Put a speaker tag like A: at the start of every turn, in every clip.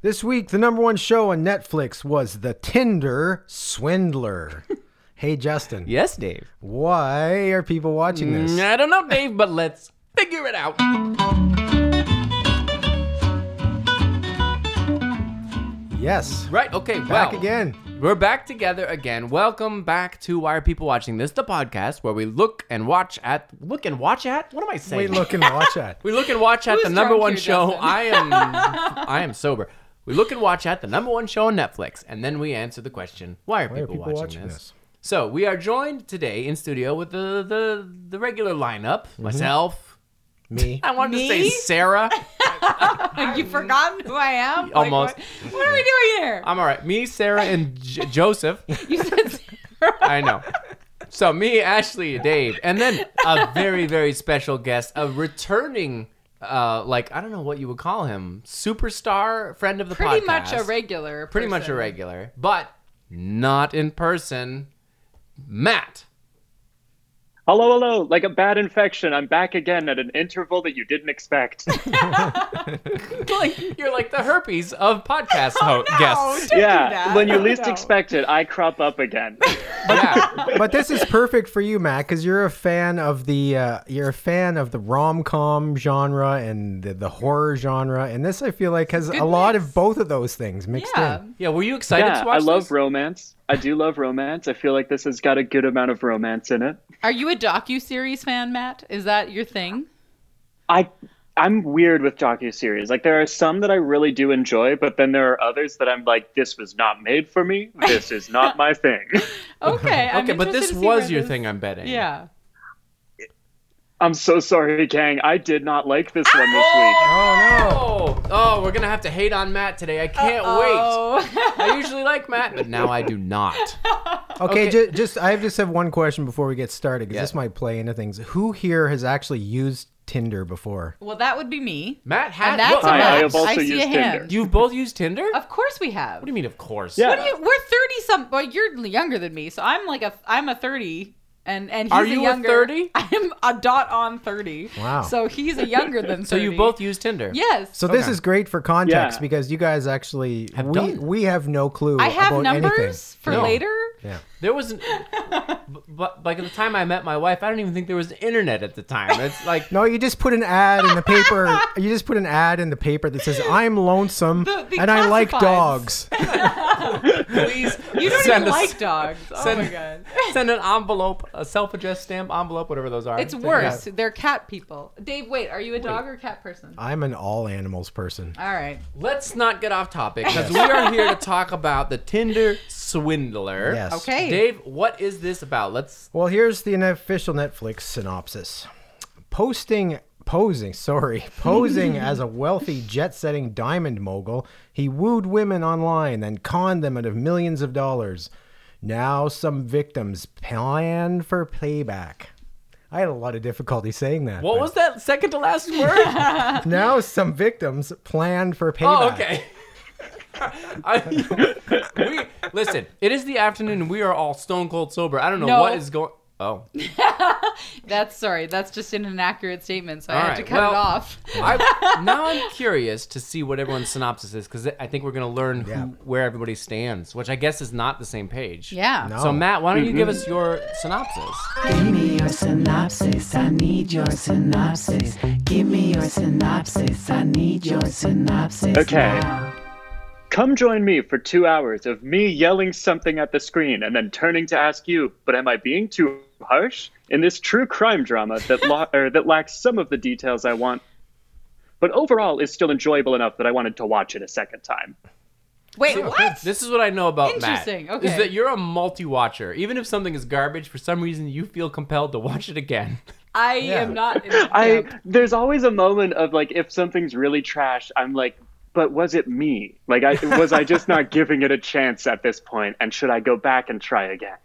A: This week, the number one show on Netflix was The Tinder Swindler. hey, Justin.
B: Yes, Dave.
A: Why are people watching this?
B: I don't know, Dave, but let's figure it out.
A: Yes.
B: Right, okay,
A: Back
B: well,
A: again.
B: We're back together again. Welcome back to Why Are People Watching This, the podcast where we look and watch at look and watch at? What am I saying?
A: We look and watch at.
B: We look and watch at the
C: Who's
B: number
C: drunk
B: one
C: here,
B: show.
C: Justin?
B: I am I am sober. We look and watch at the number one show on Netflix, and then we answer the question, why are,
A: are
B: people,
A: people
B: watching,
A: watching
B: this?
A: this?
B: So we are joined today in studio with the the, the regular lineup.
A: Mm-hmm.
B: Myself.
A: Me.
B: I wanted to say
C: Me?
B: Sarah.
C: Have you forgotten who I am? Like,
B: Almost.
C: what, what are we doing here?
B: I'm all right. Me, Sarah, and J- Joseph.
C: you said Sarah.
B: I know. So me, Ashley, Dave, and then a very, very special guest, a returning, uh, like I don't know what you would call him, superstar friend of the
C: pretty
B: podcast,
C: much a regular.
B: pretty much a
C: person.
B: regular, but not in person. Matt,
D: Hello, hello. Like a bad infection, I'm back again at an interval that you didn't expect.
B: like you're like the herpes of podcast
C: Oh,
B: ho- guests.
C: don't do
D: yeah,
C: that.
D: when you least
C: No.
D: expect it, I crop up again.
B: Yeah,
A: But this is perfect for you, Matt, because you're a fan of the uh, you're a fan of the rom com genre and the, the horror genre, and this I feel like has a
C: Good
A: lot
C: mix.
A: of both of those things mixed
C: Yeah.
A: in.
B: yeah. Were you excited
D: yeah,
B: to watch
D: I love
B: this?
D: romance. I do love romance. I feel like this has got a good amount of romance in it.
C: Are you a docu series fan, Matt? Is that your thing?
D: I I'm weird with docuseries. Like there are some that I really do enjoy, but then there are others that I'm like, this was not made for me. This is not my thing.
C: Okay. I'm
B: Okay, but
C: interested
B: this
C: to see where
B: was your thing. I'm betting.
C: Yeah.
D: I'm so sorry, gang. I did not like this one this week.
A: Oh
B: Oh, oh, we're gonna have to hate on Matt today. I can't wait.
C: Oh.
B: I usually like Matt, but now I do not.
A: no! Okay,
B: Okay.
A: ju- just I have just have one question before we get started because
B: Yeah.
A: this might play into things. Who here has actually used Tinder before?
C: well, that would be me.
B: Matt has.
C: And that's
B: look,
C: a
D: I, I
C: match.
D: have also
C: I see
D: used
C: a hand.
D: Tinder.
B: You've both used Tinder? What
C: Of course we have.
B: do you mean, of course?
D: Yeah.
C: What do you- we're thirty some. Well, you're younger than me, so I'm like a I'm a thirty, and and he's
B: Are you a
C: younger-
B: 30?
C: I'm a dot on thirty.
A: Wow.
C: So he's a younger than. 30.
B: So you both use Tinder?
C: Yes.
A: So this
B: Okay.
A: is great for context
D: Yeah.
A: because you guys actually
B: Have
A: we
B: done.
A: we have no clue.
C: I have
A: about
C: numbers
A: anything.
C: for
B: No.
C: later.
A: Yeah.
B: There wasn't. but like at the time I met my wife, I don't even think there was internet at the time. It's like
A: No, you just put an ad in the paper. you just put an ad in the paper that says I'm lonesome
C: The- the
A: and I like
C: classifieds.
A: dogs.
B: please
C: You don't
B: send
C: even
B: us-
C: like dogs. Oh
B: send-
C: my god.
B: Send an envelope, a self-addressed stamp envelope, whatever those are.
C: It's worse. They're cat people. Dave, wait. Are you a dog or cat person?
B: Uh,
A: I'm an all animals person.
C: All right.
B: Let's not get off topic because we are here to talk about the Tinder swindler.
A: Yes.
C: Okay.
B: Dave, what is this about? Let's.
A: Well, here's the official Netflix synopsis. Posting posing, sorry, posing as a wealthy jet-setting diamond mogul, he wooed women online and conned them out of millions of dollars. Now some victims plan for payback. I had a lot of difficulty saying that.
B: What
A: but
B: was that second to last word?
A: Now some victims plan for payback.
B: Oh, okay. I, we listen. It is the afternoon. and We are all stone cold sober. I don't know
C: No.
B: what is going. Oh,
C: That's sorry. That's just an inaccurate statement, so I
B: All
C: had
B: right,
C: to cut
B: well-
C: it off.
B: I, now I'm curious to see what everyone's synopsis is because I think we're gonna learn who,
A: Yeah.
B: where everybody stands, which I guess is not the same page.
C: Yeah.
A: No.
B: So Matt, why don't you give us your synopsis?
E: Give me your synopsis. I need your synopsis. Give me your synopsis. I need your synopsis.
D: Okay.
E: now.
D: Come join me for two hours of me yelling something at the screen and then turning to ask you, but am I being too harsh in this true crime drama that lo- or that lacks some of the details I want, but overall is still enjoyable enough that I wanted to watch it a second time.
C: Wait, what?
B: This is what I know about
C: Interesting,
B: Matt.
C: okay.
B: Is that you're a multi-watcher. Even if something is garbage, for some reason you feel compelled to watch it again.
C: I
A: Yeah.
C: am not. In
D: I there's always a moment of like if something's really trash, I'm like, but was it me? Like I was I just not giving it a chance at this point and should I go back and try again?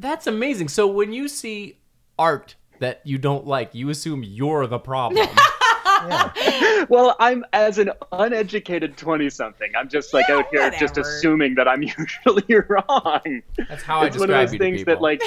B: That's amazing. So when you see art that you don't like, you assume you're the problem.
D: Well, I'm as an uneducated twenty-something. I'm just like out here just
C: whatever.
D: assuming that I'm usually wrong.
B: That's how I
D: it's one
B: describe
D: of those
B: you to
D: things
B: people.
D: that like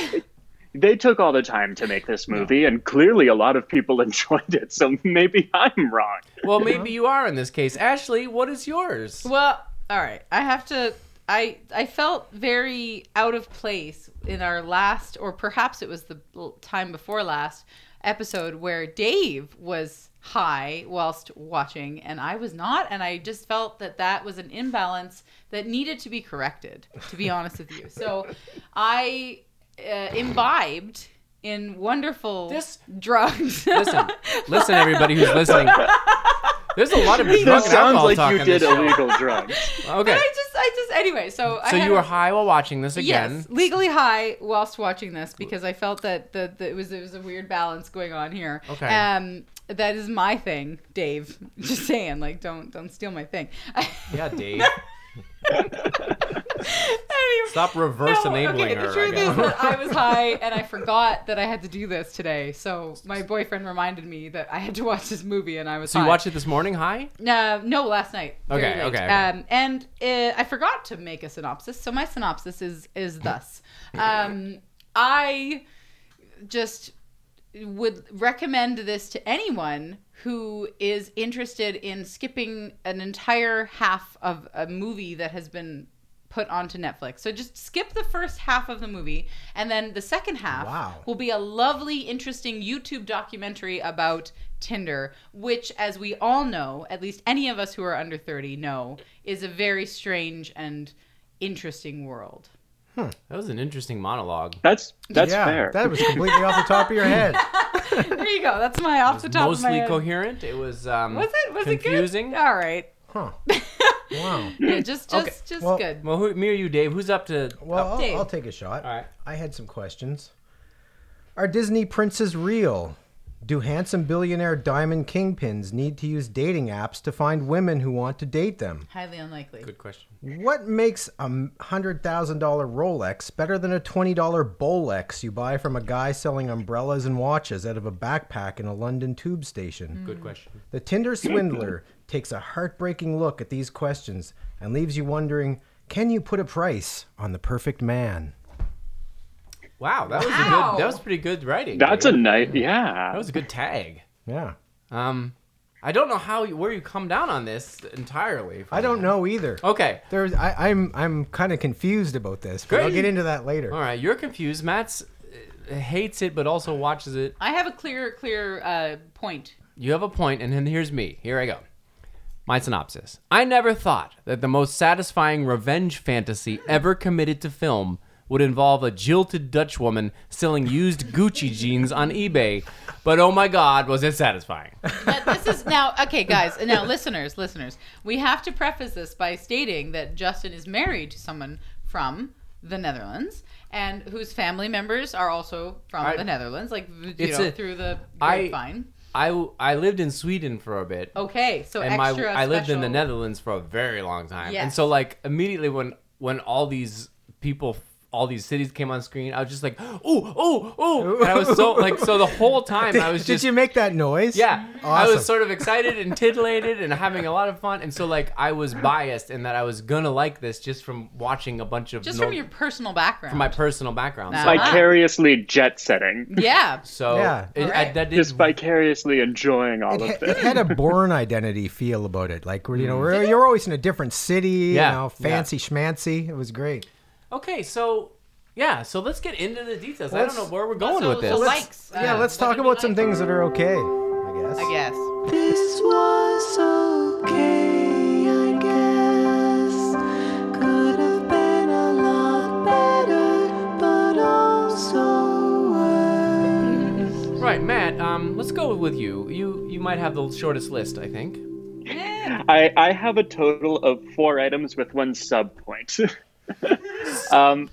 D: they took all the time to make this movie, and clearly a lot of people enjoyed it. So maybe I'm wrong.
B: Well, maybe you are in this case. Ashley, what is yours?
C: Well, all right. I have to. I I felt very out of place in our last, or perhaps it was the l- time before last episode where Dave was high whilst watching and I was not and I just felt that that was an imbalance that needed to be corrected to be honest with you. So I uh, imbibed in wonderful
B: This-
C: drugs.
B: Listen, listen, everybody who's listening. There's a lot of drug
D: This
B: and
D: sounds
B: alcohol
D: like
B: talk
D: you
B: on
D: did
B: this show.
D: illegal drugs.
B: Okay,
C: I just I just anyway, so I
B: so
C: had
B: you were
C: a-
B: high while watching this again.
C: Yes, legally high whilst watching this because I felt that the, the it was it was a weird balance going on here.
B: Okay.
C: Um, that is my thing, Dave. Just saying, like don't don't steal my thing.
B: Yeah, Dave.
C: Anyway,
B: Stop reverse
C: no,
B: enabling
C: okay,
B: her.
C: The
B: I
C: truth is
B: guess.
C: that I was high and I forgot that I had to do this today. So my boyfriend reminded me that I had to watch this movie and I was.
B: so you
C: high.
B: watched it this morning, high?
C: Uh, no, last night. Very
B: Okay,
C: late.
B: okay, okay.
C: Um, and uh, I forgot to make a synopsis, so my synopsis is is thus: um, I just would recommend this to anyone who is interested in skipping an entire half of a movie that has been put onto Netflix. So just skip the first half of the movie and then the second half
A: Wow.
C: will be a lovely interesting YouTube documentary about Tinder, which as we all know, at least any of us who are under 30 know, is a very strange and interesting world.
B: That was an interesting monologue.
D: That's that's
A: yeah,
D: fair.
A: That was completely off the top of your head.
C: There you go. That's my off the top of my
B: Mostly
C: head.
B: coherent. It was. Um,
C: Was it was
B: confusing?
C: it good? All right.
A: Huh. Wow.
C: Yeah, just just
B: Okay.
C: just
A: Well-
C: good.
B: Well, who, me or you, Dave? Who's up to?
A: Well,
C: Dave.
A: I'll, I'll take a shot.
B: Oh. All right.
A: I had some questions. Are Disney princes real? Do handsome billionaire diamond kingpins need to use dating apps to find women who want to date them?
C: Highly unlikely.
B: Good question.
A: What makes a hundred thousand dollar Rolex better than a twenty dollar Bolex you buy from a guy selling umbrellas and watches out of a backpack in a London tube station?
B: Good question.
A: The Tinder swindler takes a heartbreaking look at these questions and leaves you wondering can you put a price on the perfect man?
B: Wow, that was a
C: Wow.
B: good. That was pretty good writing.
D: That's a
B: Dave.
D: nice.
B: That
D: Yeah.
B: was a good tag.
A: Yeah.
B: Um, I don't know how you, where you come down on this entirely.
A: I don't know either.
B: Okay.
A: There's, I, I'm, I'm kind of confused about this, but I'll
B: Great.
A: get into that later.
B: All right, you're confused. Matt's uh, hates it, but also watches it.
C: I have a clear clear uh, point.
B: You have a point, and then here's me. Here I go. My synopsis. I never thought that the most satisfying revenge fantasy
A: Hmm.
B: ever committed to film would involve a jilted Dutch woman selling used Gucci jeans on eBay, but oh my god, was it satisfying.
C: But this is now okay, guys. Now, listeners, listeners, we have to preface this by stating that Justin is married to someone from the Netherlands and whose family members are also from
B: I-
C: the Netherlands, like you
B: It's
C: know
B: a-
C: through the
B: I-
C: grapevine.
B: I, I lived in Sweden for a bit.
C: okay, so
B: and my
C: Oh, extra.
B: I lived in the
C: special-
B: Netherlands for a very long time, and
C: Yes.
B: so like immediately when when all these people, all these cities came on screen, I was just like, oh oh oh, and I was so like so the whole time I was
A: Did
B: just
A: you make that noise?
B: yeah, I
A: Awesome.
B: was sort of excited and titillated and having a lot of fun, and so like I was biased in that I was gonna like this just from watching a bunch of
C: Just
B: nor-
C: from your personal background.
B: from my personal background.
C: Nah.
B: So,
D: Vicariously jet setting.
C: yeah.
B: so
A: Yeah.
B: it, I,
C: Alright.
B: that did
D: Just vicariously enjoying all
A: It,
D: of
A: ha- it
D: this.
A: had a born identity feel about it. Like, you know, we're, you're always in a different city,
B: Mm. Yeah.
A: you know, fancy schmancy. It was great.
B: okay. So yeah, so let's get into the details. I
A: Let's-
B: don't know where we're going
C: so-
B: with this.
C: so
A: Let's-
C: likes.
A: yeah,
C: Uh,
A: let's
C: what
A: talk
C: did
A: about
C: we
A: some
C: like?
A: things that are okay, I guess.
C: I guess.
E: This was okay, I guess. Could have been a lot better, but also worse.
B: Right, Matt. Um, let's go with you. You you might have the shortest list, I think.
D: I, I have a total of four items with one sub point. um,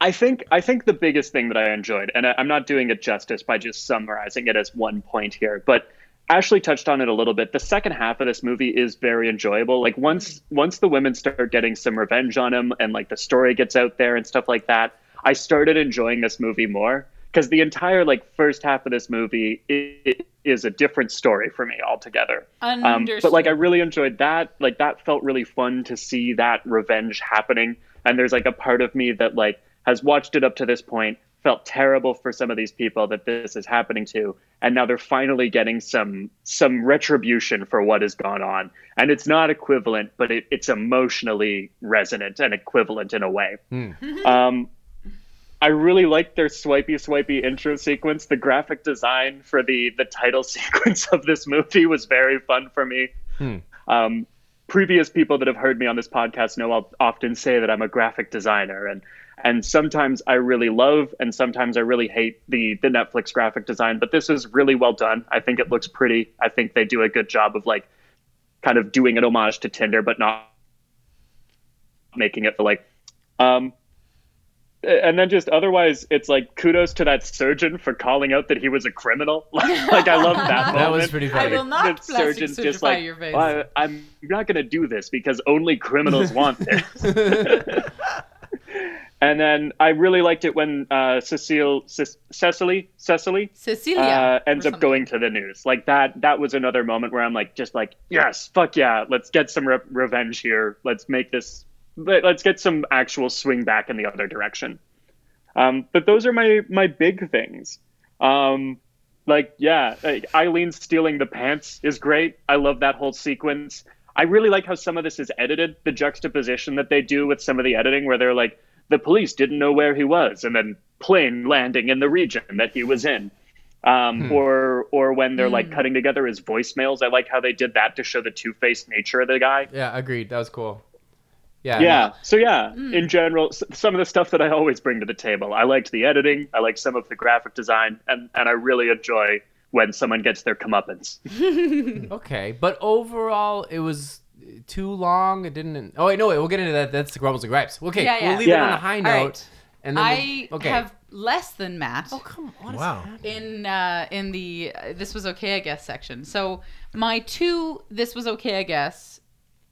D: I think I think the biggest thing that I enjoyed, and I, I'm not doing it justice by just summarizing it as one point here, but Ashley touched on it a little bit. The second half of this movie is very enjoyable. Like once once the women start getting some revenge on him, and like the story gets out there and stuff like that, I started enjoying this movie more because the entire like first half of this movie i i- is a different story for me altogether. Um, but like I really enjoyed that. Like that felt really fun to see that revenge happening. And there's like a part of me that like has watched it up to this point felt terrible for some of these people that this is happening to and now they're finally getting some some retribution for what has gone on and it's not equivalent but it, it's emotionally resonant and equivalent in a way um, i really liked their swipey swipey intro sequence the graphic design for the the title sequence of this movie was very fun for me um, previous people that have heard me on this podcast know I'll often say that I'm a graphic designer and and sometimes I really love and sometimes I really hate the the Netflix graphic design, but this is really well done. I think it looks pretty. I think they do a good job of like kind of doing an homage to Tinder but not making it for like um and then just otherwise it's like kudos to that surgeon for calling out that he was a criminal like i love that
B: That was
D: moment
B: pretty
C: Uh, I
B: funny.
C: will not
D: the
C: plastic
D: surgeon's
C: surgery
D: just like,
C: your face.
D: "Well, I, am not going to do this because only criminals want this. and then I really liked it when uh, Cecile, Ce- Cecily, Cecily
C: Cecilia
D: uh,
C: or
D: ends up
C: something.
D: going to the news. Like that, that was another moment where I'm like, just like, yes, fuck yeah, let's get some re- revenge here. Let's make this. Let, let's get some actual swing back in the other direction. Um, but those are my my big things. Um, like yeah, like, Eileen stealing the pants is great. I love that whole sequence. I really like how some of this is edited. The juxtaposition that they do with some of the editing, where they're like, the police didn't know where he was, and then plane landing in the region that he was in. Um, Or or when they're
C: Hmm.
D: like cutting together his voicemails. I like how they did that to show the two faced nature of the guy
B: yeah, agreed. That was cool. Yeah.
D: yeah so yeah
C: Hmm.
D: in general s- some of the stuff that i always bring to the table i liked the editing i liked some of the graphic design and, and i really enjoy when someone gets their comeuppance
B: Okay, but overall, it was too long. It didn't. Oh wait, no, wait. We'll get into that. That's the grumbles and gripes. Okay,
C: Yeah, yeah.
B: we'll leave it on
D: Yeah.
B: a high
C: All
B: note.
C: right.
B: And then
C: I
B: we'll, okay.
C: have less than Matt.
B: oh come on.
A: Wow.
C: in uh, in the uh, this was okay I guess section. So my two this was okay I guess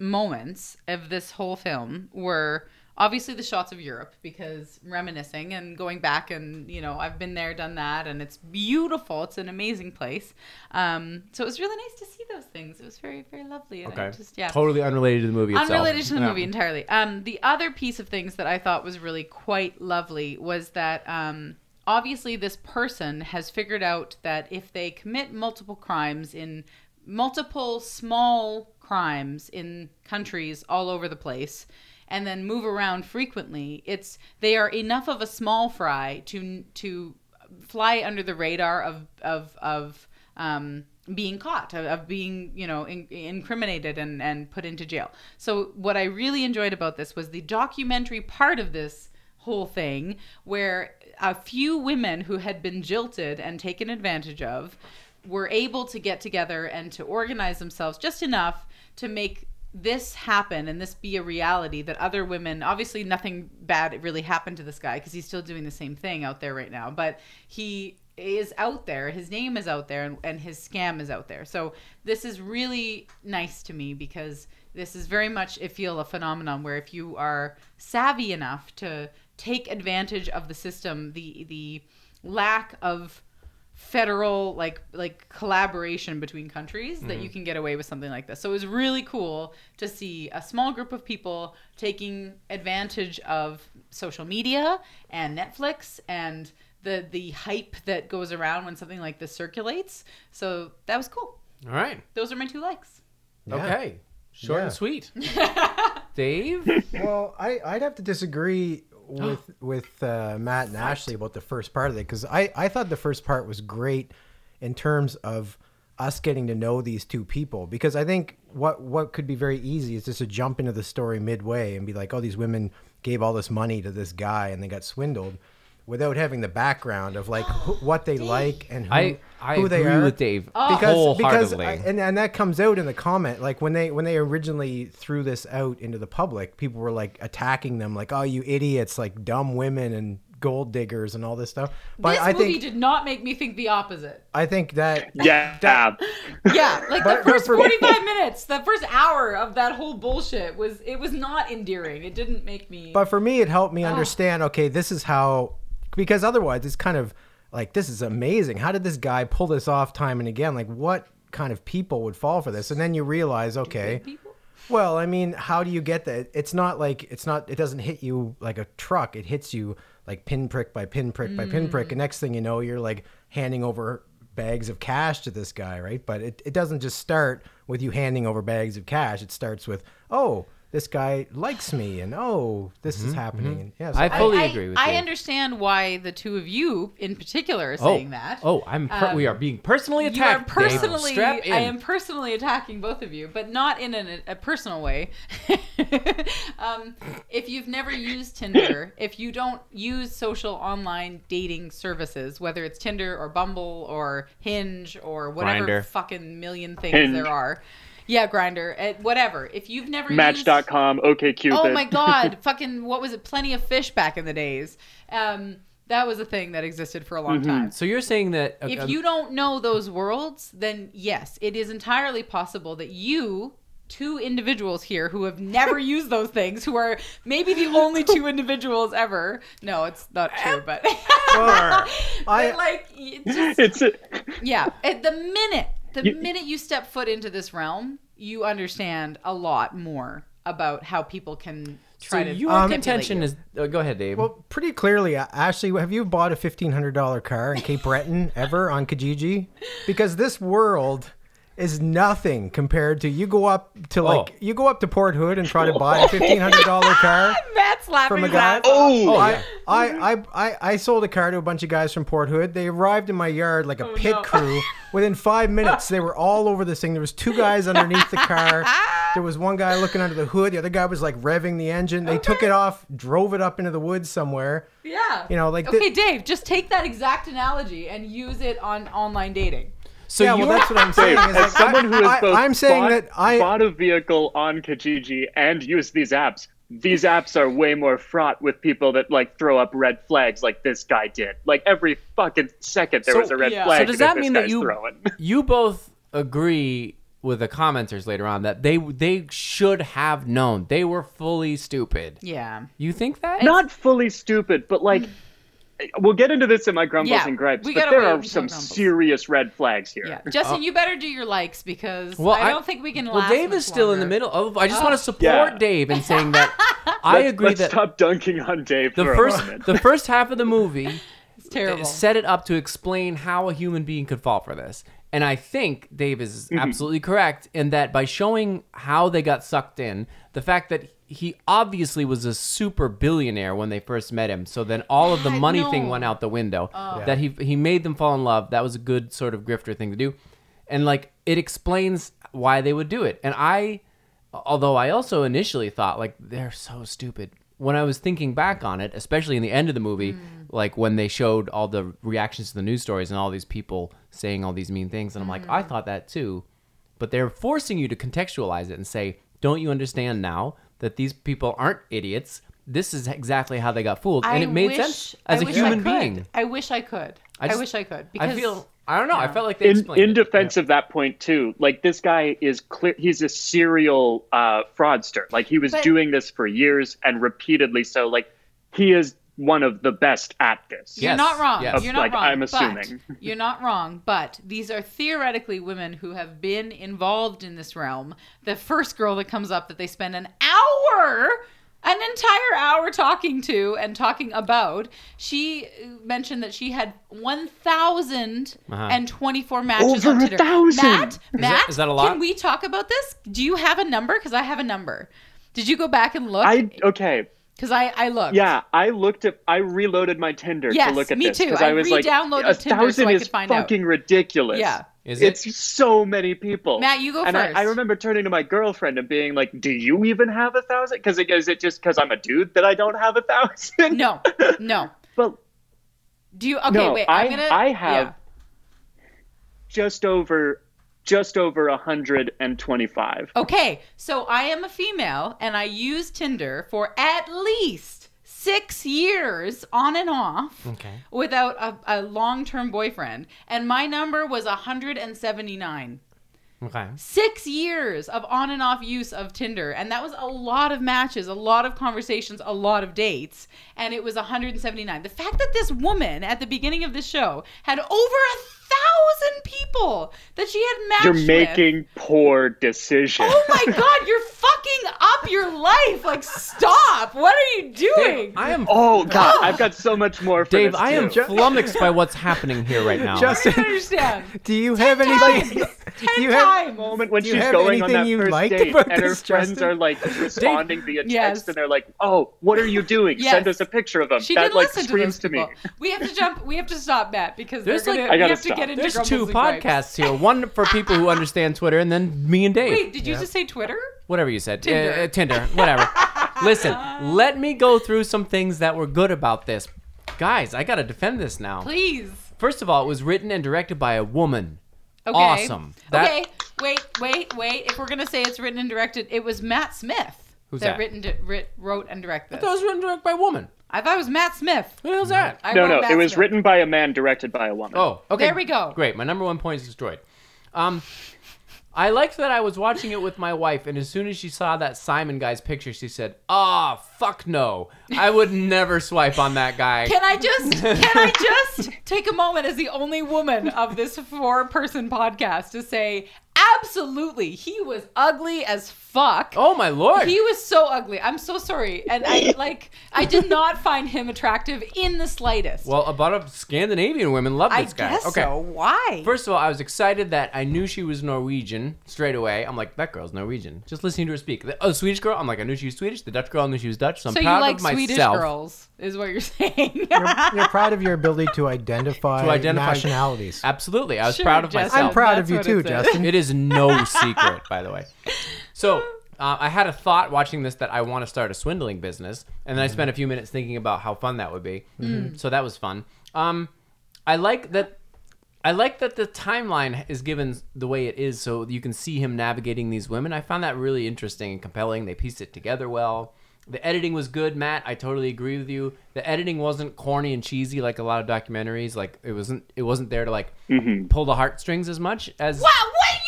C: moments of this whole film were obviously the shots of Europe because reminiscing and going back and you know I've been there done that and it's beautiful. It's an amazing place. Um, so it was really nice to see those things. It was very very lovely. And I
B: Okay.
C: just yeah.
B: Totally unrelated to the movie itself.
C: Unrelated to the
B: Yeah.
C: movie entirely. Um, the other piece of things that I thought was really quite lovely was that um, obviously this person has figured out that if they commit multiple crimes in multiple small crimes in countries all over the place and then move around frequently, it's they are enough of a small fry to to fly under the radar of of of um, being caught, of, of being you know in, incriminated and and put into jail. So what I really enjoyed about this was the documentary part of this whole thing, where a few women who had been jilted and taken advantage of were able to get together and to organize themselves just enough to make this happen and this be a reality that other women obviously nothing bad really happened to this guy because he's still doing the same thing out there right now but he is out there his name is out there and, and his scam is out there so this is really nice to me because this is very much i feel a phenomenon where if you are savvy enough to take advantage of the system the the lack of federal like like collaboration between countries that
A: Mm-hmm.
C: you can get away with something like this. So it was really cool to see a small group of people taking advantage of social media and Netflix and the the hype that goes around when something like this circulates. So that was cool.
B: All right.
C: Those are my two likes.
B: Okay. Short
A: Yeah.
B: and sweet. Dave.
A: Well, I, I'd have to disagree with with uh, Matt and Ashley about the first part of it because I, I thought the first part was great in terms of us getting to know these two people because I think what what could be very easy is just to jump into the story midway and be like, oh, these women gave all this money to this guy and they got swindled without having the background of like who, what they like and who,
B: I I
A: who
B: agree
A: they are
B: with Dave
A: because because
B: Oh. Uh, wholeheartedly.
A: I- and and that comes out in the comment like when they when they originally threw this out into the public people were like attacking them like oh you idiots like dumb women and gold diggers and all this stuff but
C: this
A: i
C: movie
A: think
C: did not make me think the opposite.
A: i think that
D: yeah
C: Yeah, like
A: But-
C: the
A: but
C: first
A: for-
C: 45 minutes, the first hour of that whole bullshit was it was not endearing. It didn't make me Oh.
A: but for me it helped me understand okay this is how because otherwise it's kind of like this is amazing how did this guy pull this off time and again like what kind of people would fall for this and then you realize okay
C: people.
A: Well, I mean, how do you get that? It's not like it's not. It doesn't hit you like a truck. It hits you like pinprick by pinprick by
C: Mm.
A: pinprick. And next thing you know, you're like handing over bags of cash to this guy, right? But it, it doesn't just start with you handing over bags of cash. It starts with, oh, this guy likes me, and oh, this is happening. And yeah, so
B: I
A: I-
B: fully
C: I,
B: agree with
C: I
B: you.
C: understand why the two of you, in particular, are
B: oh,
C: saying that.
B: Oh, I'm. Per- we are being personally
C: you are
B: attacked. Dave.
C: personally,
B: Strap in.
C: I am personally attacking both of you, but not in an, a personal way. um, if you've never used Tinder, if you don't use social online dating services, whether it's Tinder or Bumble or Hinge or whatever
B: Grindr.
C: fucking million things
D: Hinge.
C: there are, yeah, Grinder, whatever. If you've never used
D: Match.com, OKCupid.
C: Oh my god, fucking what was it? Plenty of fish back in the days. Um, that was a thing that existed for a long time.
B: So you're saying that uh,
C: If you don't know those worlds, then yes, it is entirely possible that you two individuals here who have never used those things who are maybe the only two individuals ever no it's not true but,
A: I-
C: but like it just,
D: It's a,
C: yeah at the minute the minute you step foot into this realm you understand a lot more about how people can
B: so
C: try to
B: your
C: manipulate
B: contention
C: you.
B: is. uh, go ahead, Dave.
A: Well, pretty clearly, uh, Ashley, have you bought a fifteen hundred dollar car in Cape Breton ever on Kijiji? Because this world is nothing compared to you go up to like
B: Oh.
A: you go up to Port Hood and try to buy a fifteen hundred dollar car.
C: Matt's laughing
A: From a
C: his
A: guy-
C: ass off.
D: oh,
A: I, I, I, I, I sold a car to a bunch of guys from Port Hood. They arrived in my yard
B: Oh,
A: like a pit crew. Within five minutes, they were all over this thing. There was two guys underneath the car. There was one guy looking under the hood. The other guy was like revving the engine.
B: Oh,
A: They took it off, drove it up into the woods somewhere.
C: Yeah.
A: You know, like
C: Okay,
A: thi-
C: Dave, just take that exact analogy and use it on online dating.
B: so
A: yeah,
B: you're
A: well, that's what I'm saying.
D: Dave,
A: is,
D: as
A: like,
D: someone who
A: I,
D: has both
A: I, am saying
D: bought,
A: that I
D: bought a vehicle on Kijiji and used these apps, these apps are way more fraught with people that like throw up red flags like this guy did. Like every fucking second there
B: So-
D: was a red
C: yeah.
D: flag.
B: So does that
D: this
B: mean that
D: guy's
B: you
D: throwing.
B: you both agree with the commenters later on that they they should have known they were fully stupid?
C: Yeah.
B: You think that?
D: not fully stupid, but like we'll get into this in my grumbles
C: Mm. Yeah,
D: and gripes,
C: we
D: but
C: gotta
D: there
C: wait
D: are
C: until
D: some
C: grumbles.
D: serious red flags here.
C: Yeah. Justin, you better do your likes because
B: Uh, Well,
C: I
B: I-
C: don't think we can
B: Well,
C: last
B: Dave
C: much
B: is still in the
C: longer.
B: middle. Of, I just want to support
D: Yeah.
B: Dave in saying that. I
D: Let's-
B: agree
D: let's
B: that
D: stop dunking on Dave
B: the
D: for a
B: first
D: moment.
B: the first half of the movie
C: It's terrible.
B: set it up to explain how a human being could fall for this. And I think Dave is absolutely correct in that by showing how they got sucked in, the fact that he obviously was a super billionaire when they first met him, so then all of the
C: God,
B: money
C: no.
B: thing went out the window. That he he made them fall in love. That was a good sort of grifter thing to do. And like it explains why they would do it. And I although I also initially thought like they're so stupid. When I was thinking back on it, especially in the end of the movie, like when they showed all the reactions to the news stories and all these people saying all these mean things, and I'm like, I thought that too, but they're forcing you to contextualize it and say, don't you understand now that these people aren't idiots? This is exactly how they got fooled, and it made
C: wish-
B: sense as
C: I
B: a
C: wish I
B: human
C: could.
B: being.
C: I wish I could. I,
B: just-
C: wish I could.
B: I
C: Because
B: feel I don't know. I felt like they
D: in,
B: explained
D: in
B: it.
D: defense of that point too like this guy is clear he's a serial uh, fraudster like he was
C: But-
D: doing this for years and repeatedly so like he is one of the best at this
C: You're
B: Yes,
C: not wrong.
B: yes.
C: You're not
D: Like,
C: wrong.
D: I'm
C: but-
D: assuming.
C: you're not wrong, but these are theoretically women who have been involved in this realm. The first girl that comes up that they spend an hour, an entire hour talking to and talking about, she mentioned that she had
B: Uh-huh.
C: 1,024 matches
D: Over
C: on
D: a
C: Tinder.
D: thousand!
C: Matt, Matt,
B: is that a lot?
C: can we talk about this? Do you have a number? Because I have a number. Did you go back and look?
D: i okay
C: Because I, I looked.
D: yeah i looked at i reloaded my tinder
C: Yes,
D: to look at
C: me
D: this
C: too.
D: because
C: I
D: i was like
C: re-downloaded Tinder
D: a
C: so
D: thousand
C: I
D: is
C: could find out."
D: fucking ridiculous
C: Yeah.
B: Is it?
D: it's so many people.
C: Matt, you go
D: and
C: first.
D: I, I remember turning to my girlfriend and being like, "Do you even have a thousand? Because is it just because I'm a dude that I don't have a thousand?
C: No, no.
D: but
C: Do you? Okay,
D: No,
C: wait. I'm
D: I-
C: gonna.
D: I have-
C: yeah.
D: just over just over 125
C: Okay, so I am a female and I use Tinder for at least six years on and off
B: Okay.
C: without a, a long term boyfriend. And my number was 179.
B: Okay.
C: Six years of on and off use of Tinder. And that was a lot of matches, a lot of conversations, a lot of dates. And it was 179. The fact that this woman at the beginning of this show had over a thousand people that she had matched
D: you're
C: with.
D: making poor decisions
C: Oh my god, you're fucking up your life. Like, stop. Stop! What are you doing?
B: I am
D: Oh god, I've got so much more for
B: Dave.
D: this,
B: I am
D: too.
B: flummoxed by what's happening here right now.
C: I
A: Justin,
C: don't understand.
A: do you have anything? do you have?
C: Time.
D: moment when
A: Do you
D: she's
A: have
D: going on
A: anything
D: that
A: you
D: first
A: liked
D: date
A: about
D: and her
A: this,
D: friends
A: Justin?
D: are like responding via text
C: Yes.
D: and they're like, "Oh, what are you doing?
C: Yes.
D: Send us a picture of them."
C: She
D: that
C: didn't
D: like
C: listen to
D: screams
C: those
D: to, me.
C: people. We have to jump. We have to stop, Matt, because
B: There's
C: they're
B: like-
C: gonna,
D: I
C: we
D: gotta
C: have to
D: stop.
C: get into
B: There's
C: grumbles
B: two
C: and gripes.
B: podcasts here. One for people who understand Twitter, and then me and Dave.
C: Wait, did you just say Twitter?
B: whatever you said,
C: Tinder.
B: Uh, uh, Tinder, whatever. Listen, let me go through some things that were good about this, guys. I gotta defend this now.
C: Please.
B: First of all, it was written and directed by a woman.
C: Okay.
B: Awesome. That-
C: Okay. Wait, wait, wait. If we're gonna say it's written and directed, it was Matt Smith
B: Who's that?
C: written, di- writ, wrote and directed.
B: That
C: this.
B: was written and directed by a woman.
C: I thought it was Matt Smith.
B: Who the hell's that?
C: I
D: No,
C: wrote
D: no,
C: Matt
D: it was
C: Smith.
D: written by a man, directed by a woman.
B: Oh, okay.
C: There we go.
B: Great. My number one point is destroyed. Um, I liked that I was watching it with my wife, and as soon as she saw that Simon guy's picture, she said, "Ah, fuck no! I would never swipe on that guy."
C: Can I just can I just take a moment as the only woman of this four person podcast to say absolutely he was ugly as fuck.
B: oh my lord!
C: He was so ugly. I'm so sorry. And I like I did not find him attractive in the slightest.
B: well, a lot of Scandinavian women love
C: I
B: this guy.
C: guess
B: okay.
C: so. Why?
B: First of all, I was excited that I knew she was Norwegian straight away. I'm like, that girl's Norwegian. Just listening to her speak. The, oh, Swedish girl. I'm like, I knew she was Swedish. The Dutch girl, I knew she was Dutch. So I'm
C: so you
B: proud
C: like
B: of myself.
C: Swedish girls is what you're saying.
A: You're proud of your ability to identify,
B: To identify-
A: nationalities.
B: Absolutely, I was
C: Sure,
B: proud of
C: Justin.
B: myself.
A: I'm proud of
C: That's
A: you
C: what
A: too,
C: it says.
A: Justin.
B: It is no secret, by the way. So uh, I had a thought watching this that I want to start a swindling business, and then I spent a few minutes thinking about how fun that would be. So that was fun. Um, I like that. I like that the timeline is given the way it is, so you can see him navigating these women. I found that really interesting and compelling. They pieced it together well. The editing was good, Matt. I totally agree with you. The editing wasn't corny and cheesy like a lot of documentaries. Like it wasn't. It wasn't there to like pull the heartstrings as much as
C: Wow, what you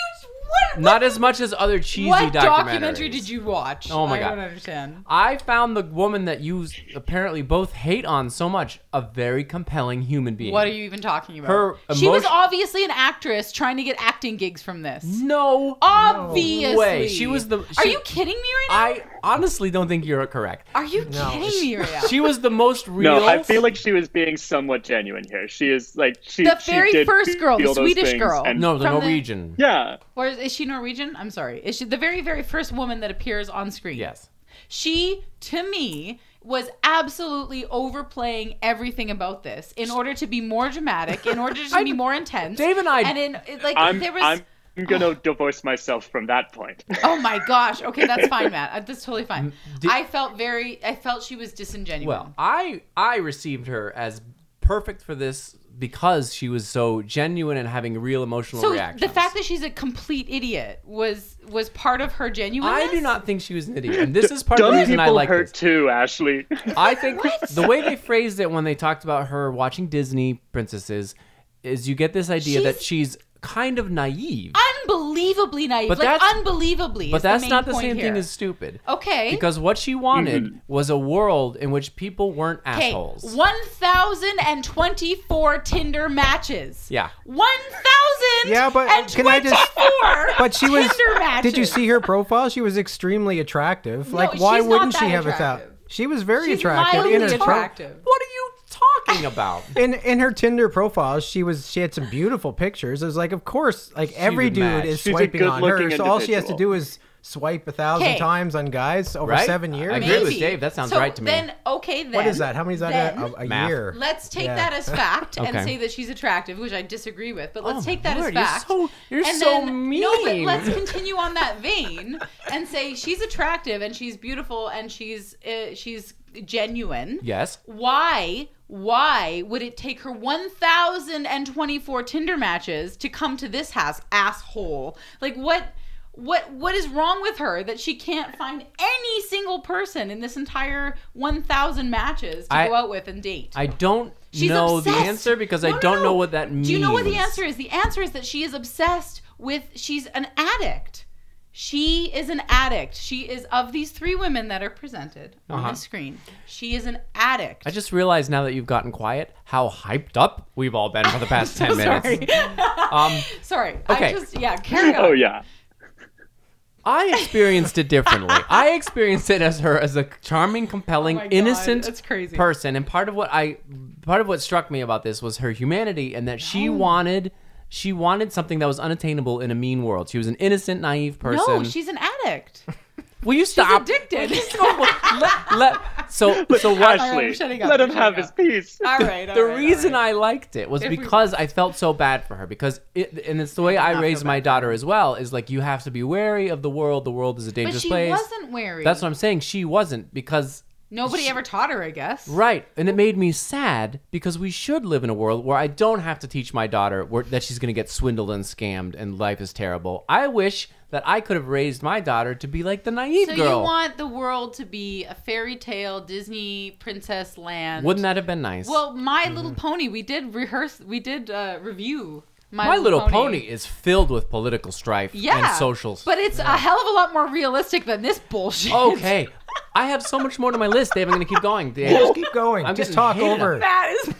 C: what,
B: not as much as other cheesy
C: what documentary
B: documentaries.
C: did you watch?
B: Oh my
C: I
B: God.
C: don't understand.
B: I found the woman that you s- apparently both hate on so much a very compelling human being.
C: What are you even talking about?
B: Her
C: she was
B: emotion-
C: obviously an actress trying to get acting gigs from this.
B: No
C: Oh. Obviously.
B: way. She was the.
C: Are
B: she-
C: you kidding me right now?
B: I honestly don't think you're correct.
C: Are you kidding me right now?
B: She was the most real.
D: No, I feel like she was being somewhat genuine here. She is like she.
C: The
D: she
C: very
D: did
C: first girl, the
D: feel those
C: Swedish
D: things
C: girl.
D: and-
B: No, the
C: From the-
B: Norwegian.
D: Yeah.
C: or is, is she Norwegian? I'm sorry. Is she the very, very first woman that appears on screen?
B: Yes.
C: She, to me, was absolutely overplaying everything about this in order to be more dramatic, in order to be more intense.
B: Dave and I-
C: And in, it- like,
D: I'm.
C: there was.
D: I'm gonna divorce myself from that point.
C: Oh my gosh. Okay, that's fine, Matt. Uh, That's totally fine.
B: did-
C: I felt very. I felt she was disingenuous.
B: Well, I I received her as perfect for this because she was so genuine and having real emotional
C: so
B: reactions.
C: the fact that she's a complete idiot was was part of her genuineness.
B: I do not think she was an idiot, and this is part of
D: Dumb
B: the reason
D: people
B: I like
D: hurt
B: this.
D: too, Ashley.
B: I think the way they phrased it when they talked about her watching Disney princesses is you get this idea that she's kind of naive,
C: unbelievably naive.
B: But
C: like
B: that's-
C: unbelievably.
B: but
C: is the
B: that's
C: main
B: not the
C: point
B: same
C: here.
B: thing as stupid.
C: okay.
B: Because what she wanted was a world in which people weren't
C: okay,
B: assholes.
C: one thousand and twenty-four Tinder matches.
B: Yeah.
C: one thousand.
A: Yeah, but
C: and
A: can I just-
C: twenty-four
A: But she was.
C: Tinder matches.
A: Did you see her profile? She was extremely attractive.
C: No,
A: like, why
C: she's not
A: wouldn't
C: that
A: she have a
C: attractive.
A: thousand? She was very
C: She's
A: attractive
C: mildly
A: in her pro-
C: attractive.
B: What are you talking about?
A: in in her Tinder profile, she was she had some beautiful pictures. It was like, of course, like every
B: would
A: dude
B: match.
A: is
D: She's a
A: swiping on her.
D: good-looking
A: So all she has to
D: individual.
A: do is swipe a thousand
C: Okay.
A: times on guys over
B: Right?
A: seven
B: I
A: years.
B: agree
C: Maybe.
B: with Dave. That sounds
C: So
B: right to me.
C: Then okay. Then
A: What is that? How many is that
C: then-
A: a, a
B: Math.
A: year?
C: Let's take
A: Yeah.
C: that as fact and
B: Okay.
C: say that she's attractive, which I disagree with. But let's
B: Oh,
C: take that
B: Lord, you're
C: as fact.
B: so- you're
C: and
B: so
C: then, No, but
B: mean.
C: let's continue on that vein and say she's attractive and she's beautiful and she's uh, she's genuine.
B: yes.
C: Why? Why would it take her 1,024 Tinder matches to come to this house, asshole? Like what? What what is wrong with her that she can't find any single person in this entire 1,000 matches to
B: I-
C: go out with and date?
B: I don't
C: She's
B: know the
C: obsessed.
B: answer because
C: No,
B: I
C: no,
B: don't
C: no.
B: know what that means.
C: Do you know what the answer is? The answer is that she is obsessed with. She's an addict. She is an addict. She is of these three women that are presented on the screen. She is an addict.
B: Uh-huh. I just realized now that you've gotten quiet how hyped up we've all been for the past 10 minutes.
C: sorry.
B: Um,
C: sorry.
B: Okay.
C: I just yeah. Carry on.
D: oh yeah.
B: I experienced it differently. I experienced it as her as a charming, compelling,
C: Oh my God,
B: innocent
C: that's crazy.
B: person. And part of what I part of what struck me about this was her humanity and that she wanted she wanted something that was unattainable in a mean world. She was an innocent, naive person.
C: No, she's an addict.
B: Will you
C: She's
B: stop?
C: addicted.
B: let, let, so so what
C: All right,
D: Ashley,
C: I'm shutting up,
D: let
C: I'm
D: him have
C: shutting
D: his peace.
C: all right. all
B: the
C: right, all
B: reason
C: right.
B: I liked it was
C: If we-
B: because I felt so bad for her because it, and it's the way I
C: not
B: raised
C: feel
B: my
C: bad for
B: daughter as well is like you have to be wary of the world. The world is a dangerous
C: but she
B: place.
C: wasn't wary.
B: That's what I'm saying. She wasn't because
C: Nobody ever taught her, I guess.
B: right, and it made me sad because we should live in a world where I don't have to teach my daughter where, that she's going to get swindled and scammed and life is terrible. I wish that I could have raised my daughter to be like the naive
C: So
B: girl.
C: you want the world to be a fairy tale Disney princess land?
B: Wouldn't that have been nice?
C: Well, My
B: Mm-hmm.
C: Little Pony. We did rehearse. We did uh, review My,
B: my little pony. is filled with political strife
C: Yeah,
B: and social
C: But it's a hell of a lot more realistic than this bullshit.
B: Okay. I have so much more to my list, Dave. I'm going to keep going. Dave.
A: Just keep going.
B: I'm
A: Just
B: getting
A: talk
B: heated
A: over. it.
C: that is.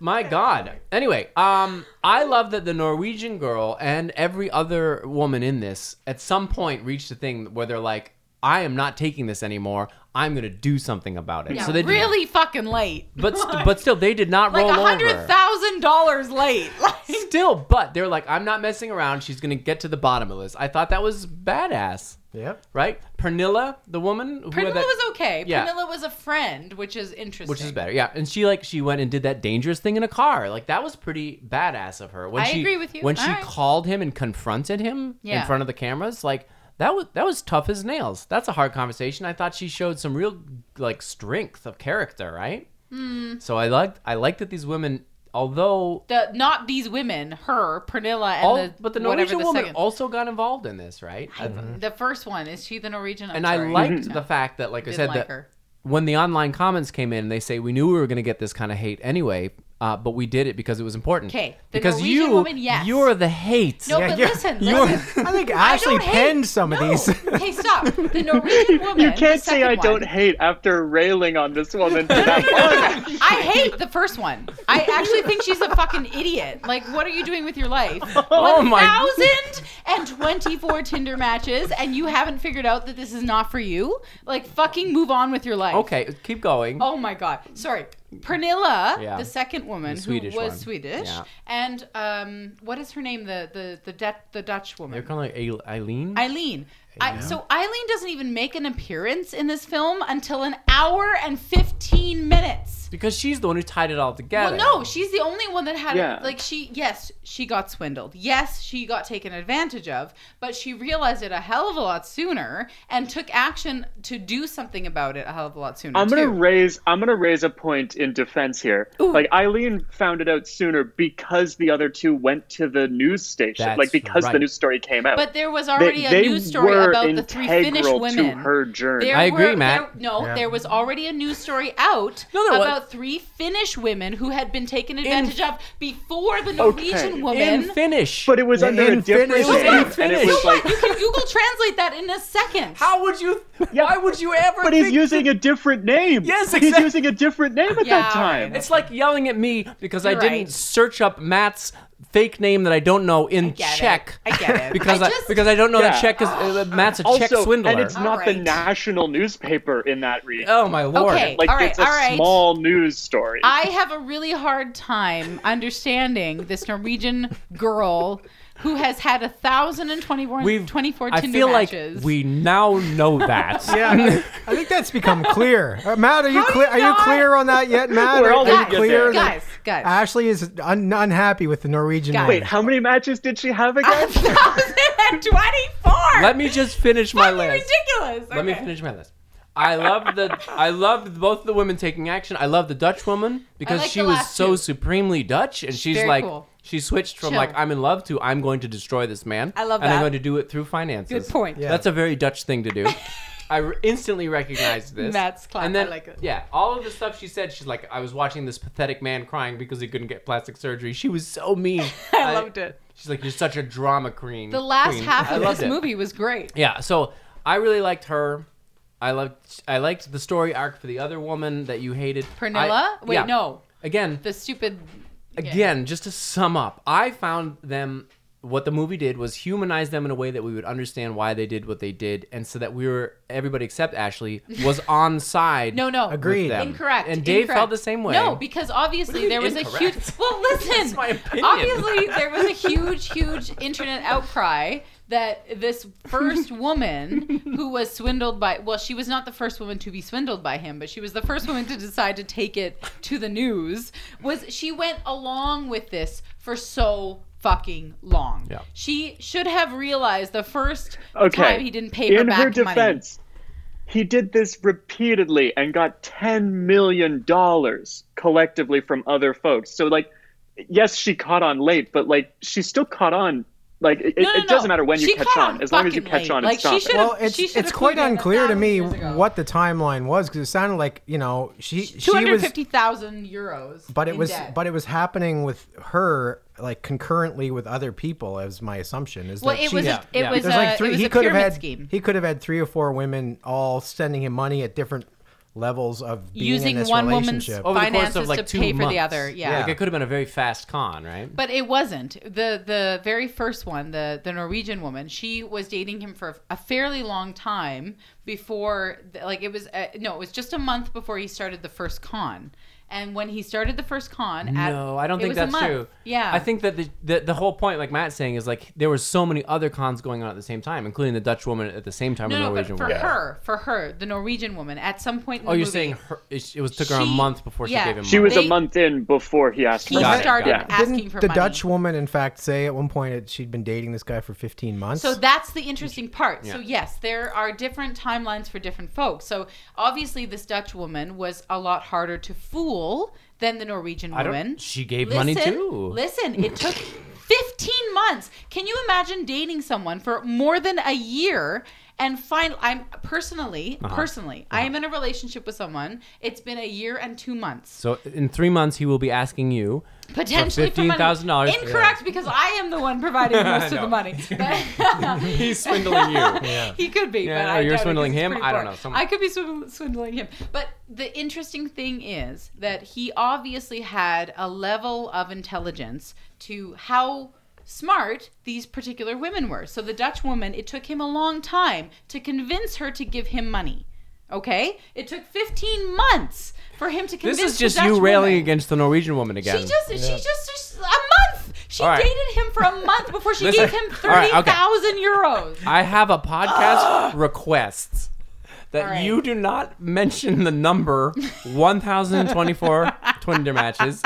B: My God. Anyway, um, I love that the Norwegian girl and every other woman in this at some point reached a thing where they're like, I am not taking this anymore. I'm going to do something about it.
C: Yeah,
B: so they did-
C: really fucking late.
B: But st- but still, they did not
C: like
B: roll
C: a
B: over.
C: hundred thousand dollars late. Like,
B: Still, but they're like, I'm not messing around. She's going to get to the bottom of this. I thought that was badass,
A: Yep.
B: right? Pernilla, the woman who had
C: Pernilla
B: that-
C: was okay.
B: Yeah.
C: Pernilla was a friend, which is interesting.
B: which is better. Yeah, and she like she went and did that dangerous thing in a car. Like that was pretty badass of her. When
C: I
B: she,
C: agree with you.
B: When she
C: All right.
B: called him and confronted him in
C: Yeah.
B: front of the cameras, like that was that was tough as nails. That's a hard conversation. I thought she showed some real like strength of character, right?
C: Hmm.
B: So I liked I liked that these women, although
C: The not these women, her Pernilla and
B: all,
C: the
B: but the
C: whatever
B: Norwegian woman
C: second-
B: also got involved in this, right? I-
C: the first one is she the Norwegian? I'm
B: and I
C: sorry.
B: liked the fact that, like I
C: Didn't
B: said,
C: like
B: that
C: her.
B: when the online comments came in, they say we knew we were going to get this kind of hate anyway, uh, but we did it because it was important.
C: 'Kay, the
B: because
C: Norwegian
B: you,
C: woman, yes.
B: you're the hate.
C: No,
A: Yeah,
C: but
A: you're-
C: listen,
B: you're-
C: listen.
A: I think
C: I
A: Ashley
C: don't hate-
A: penned some of
C: No.
A: these.
C: hey, stop! The Norwegian woman.
D: You
C: the
D: can't say
C: second
D: I don't
C: one.
D: hate after railing on this woman for that one.
C: I hate the first one. I actually think she's a fucking idiot. Like, what are you doing with your life?
B: Oh my-
C: 1,024 Tinder matches, and you haven't figured out that this is not for you? Like, fucking move on with your life.
B: okay, keep going.
C: Oh my god. Sorry. Pernilla,
B: Yeah.
C: the second woman
B: The Swedish
C: who was
B: one.
C: Swedish,
B: Yeah.
C: and um, what is her name? The the the, Dut- the Dutch woman.
B: You're kind of like Eileen.
C: Eileen. I, so Eileen doesn't even make an appearance in this film until an hour and 15 minutes.
B: because she's the one who tied it all together.
C: Well, no, she's the only one that had
D: Yeah.
C: it. Like she, yes, she got swindled. Yes, she got taken advantage of, but she realized it a hell of a lot sooner and took action to do something about it a hell of a lot sooner.
D: I'm gonna
C: too.
D: raise I'm gonna raise a point in defense here. Like Eileen found it out sooner because the other two went to the news station.
B: That's
D: like because
B: right.
D: the news story came out.
C: But there was
D: They-
C: already
D: they
C: a news story
D: were
C: about the three Finnish
D: integral
C: women.
D: to her journey.
C: There
B: I agree,
C: were-
B: Matt.
C: there- no,
A: Yeah.
C: there was already a news story out
B: No, there
C: about
B: was-
C: three Finnish women who had been taken advantage of before the Norwegian
D: Okay.
C: woman.
B: in Finnish.
D: But it was
A: Yeah,
D: under a
A: in
D: different
A: Finnish.
B: It
D: name,
B: was in
D: and it
B: Finnish.
D: was like,
C: you can Google translate that in a second.
B: how would you? Why would you ever?
D: but he's
B: think-
D: using a different name.
B: Yes,
D: he's
B: exact-
D: using a different name at
C: Yeah,
D: that time.
B: It's like yelling at me because I
C: You're
B: didn't
C: right.
B: search up Matt's fake name that I don't know in
C: get it.
B: Czech.
C: I get it.
B: because
C: I
B: I,
C: just-
B: because I don't know that
D: Yeah.
B: Czech is uh, Matt's a Czech
D: also,
B: swindler.
D: and it's not the
C: Alright.
D: national newspaper in that region.
B: oh my lord.
C: Okay.
D: like
C: alright,
D: it's a
C: alright.
D: small news story.
C: I have a really hard time understanding this Norwegian girl who has had a thousand and twenty-four,
B: We've-
C: 24
B: I
C: Tinder
B: feel
C: matches.
B: like we now know that.
A: Yeah, I think that's become clear. Uh, Matt, are you
C: How
A: clear?
C: do
A: Are
C: you
A: you
C: not-
A: clear on that yet, Matt?
D: We're
A: Are-
D: almost
A: are you
C: getting
A: clear?
D: there.
A: that
C: guys, guys,
A: Ashley is un- unhappy with the Norwegian
C: Guys.
A: woman.
D: Wait, how many matches did she have again?
C: thousand and twenty-four.
B: Let me just finish my
C: Fucking
B: list.
C: ridiculous.
B: Let me
C: Okay.
B: finish my list. I love the I loved both the women taking action. I love the Dutch woman because
C: like
B: she
C: the
B: was
C: last
B: so
C: two.
B: supremely Dutch and she's
C: Very
B: like
C: cool.
B: she switched from
C: Chill.
B: like I'm in love to I'm going to destroy this man.
C: I love
B: and I'm
C: that.
B: going to do it through finances.
C: Good point.
A: Yeah.
B: That's a very Dutch thing to do. I re- instantly recognized this.
C: Matt's clap.
B: And then,
C: I like it.
B: Yeah, all of the stuff she said. She's like, I was watching this pathetic man crying because he couldn't get plastic surgery. She was so mean.
C: I loved it.
B: She's like, you're such a drama queen.
C: The last
B: queen."
C: half
B: I
C: of
B: loved
C: this
B: it.
C: movie was great.
B: Yeah, so I really liked her. I loved. I liked the story arc for the other woman that you hated,
C: Pernilla?
B: I-
C: Wait,
B: yeah.
C: no.
B: Again,
C: The stupid.
B: again, just to sum up, I found them what the movie did was humanize them in a way that we would understand why they did what they did, and so that we were everybody except Ashley was on side.
C: No, no.
B: with
A: Agreed.
B: them.
C: Incorrect.
B: And Dave
C: incorrect.
B: felt the same way.
C: No, because obviously
B: What do you
C: there
B: mean
C: was a huge.
B: incorrect?
C: Well, listen.
B: That's my opinion.
C: Obviously, there was a huge, huge internet outcry that this first woman who was swindled by. Well, she was not the first woman to be swindled by him, but she was the first woman to decide to take it to the news. Was she went along with this for so fucking long?
B: Yeah.
C: She should have realized the first
D: Okay.
C: time he didn't pay her
D: In
C: back
D: her
C: money.
D: defense, he did this repeatedly and got ten million dollars collectively from other folks. So like, yes, she caught on late, but like she still caught on. Like it,
C: No, no,
D: it doesn't
C: no.
D: matter when
C: She
D: you catch
C: caught
D: on,
C: on
D: as long as you
C: fucking
D: catch
C: late.
D: on and
C: Like, she
D: stop
C: should
D: it.
A: Well,
C: She
A: it's
C: should've
A: it's quite
C: cleared that a
A: unclear to
C: thousand
A: me
C: years ago.
A: what the timeline was because it sounded like you know she she was
C: 250,000 euros.
A: but it
C: in
A: was
C: debt.
A: but it was happening with her like concurrently with other people as my assumption is
C: Well,
A: that
C: it
A: she,
C: was a-
B: Yeah,
C: it
B: yeah.
C: was
A: there's
C: a,
A: like three
C: it was
A: he
C: a
A: could have
C: pyramid
A: had
C: scheme.
A: he could have had three or four women all sending him money at different levels of being in
C: Using
A: this
C: one woman's-
A: relationship
B: Over the course
C: Finances
B: of like
C: to
B: two
C: pay for the
B: months.
C: other, yeah.
B: Like it could have been a very fast con, right?
C: But it wasn't. The the very first one, the the Norwegian woman, she was dating him for a fairly long time before like it was uh, no, it was just a month before he started the first con. And when he started the first con, at,
B: No, I don't
C: it
B: think
C: was a
B: that's
C: month.
B: true.
C: Yeah.
B: I think that the, the the whole point, like Matt's saying, is like there were so many other cons going on at the same time, including the Dutch woman at the same time.
C: no,
B: with the
C: no, but
B: Norwegian
C: for
B: woman.
C: her, for her, the Norwegian woman, at some point in
B: Oh,
C: the
B: you're
C: movie,
B: saying her, it, it was took her a
C: She-
B: month before
C: yeah.
B: she gave him.
D: She was
B: money.
C: They-
D: a month in before he asked
C: he
D: for
B: Got it,
C: started
B: got it.
C: asking
A: Didn't
C: for
A: the
C: money.
A: Dutch woman, in fact, say at one point that she'd been dating this guy for 15 months?
C: So that's the interesting part. So yes, there are different timelines for different folks. So obviously, this Dutch woman was a lot harder to fool than the Norwegian
B: I don't-
C: woman.
B: she gave money too.
C: Listen, it took. 15 months. Can you imagine dating someone for more than a year and find I'm personally,
B: Uh-huh.
C: personally, I am in a relationship with someone. It's been a year and 2 months
B: So in three months, he will be asking you.
C: potentially for money.
B: $15,000.
C: Incorrect because I am the one providing most of
B: know.
C: the money. But-
B: He's swindling you.
C: He could be.
B: Yeah,
C: but
B: no,
C: I
B: you're
C: doubt it
B: swindling
C: 'cause he's
B: him?
C: pretty
B: I don't
C: poor.
B: know, some-
C: I could be swindling, swindling him. But the interesting thing is that he obviously had a level of intelligence to how smart these particular women were. So the Dutch woman, it took him a long time to convince her to give him money. Okay, it took 15 months for him to convince.
B: This is
C: the
B: just
C: Dutch
B: you railing
C: woman.
B: against the Norwegian woman again.
C: She just, she just, just a month. She
B: All right.
C: dated him for a month before she
B: Listen,
C: gave him
B: all right,
C: thirty
B: okay.
C: thousand euros.
B: I have a podcast request that
C: All right.
B: you do not mention the number 1024 Twinder matches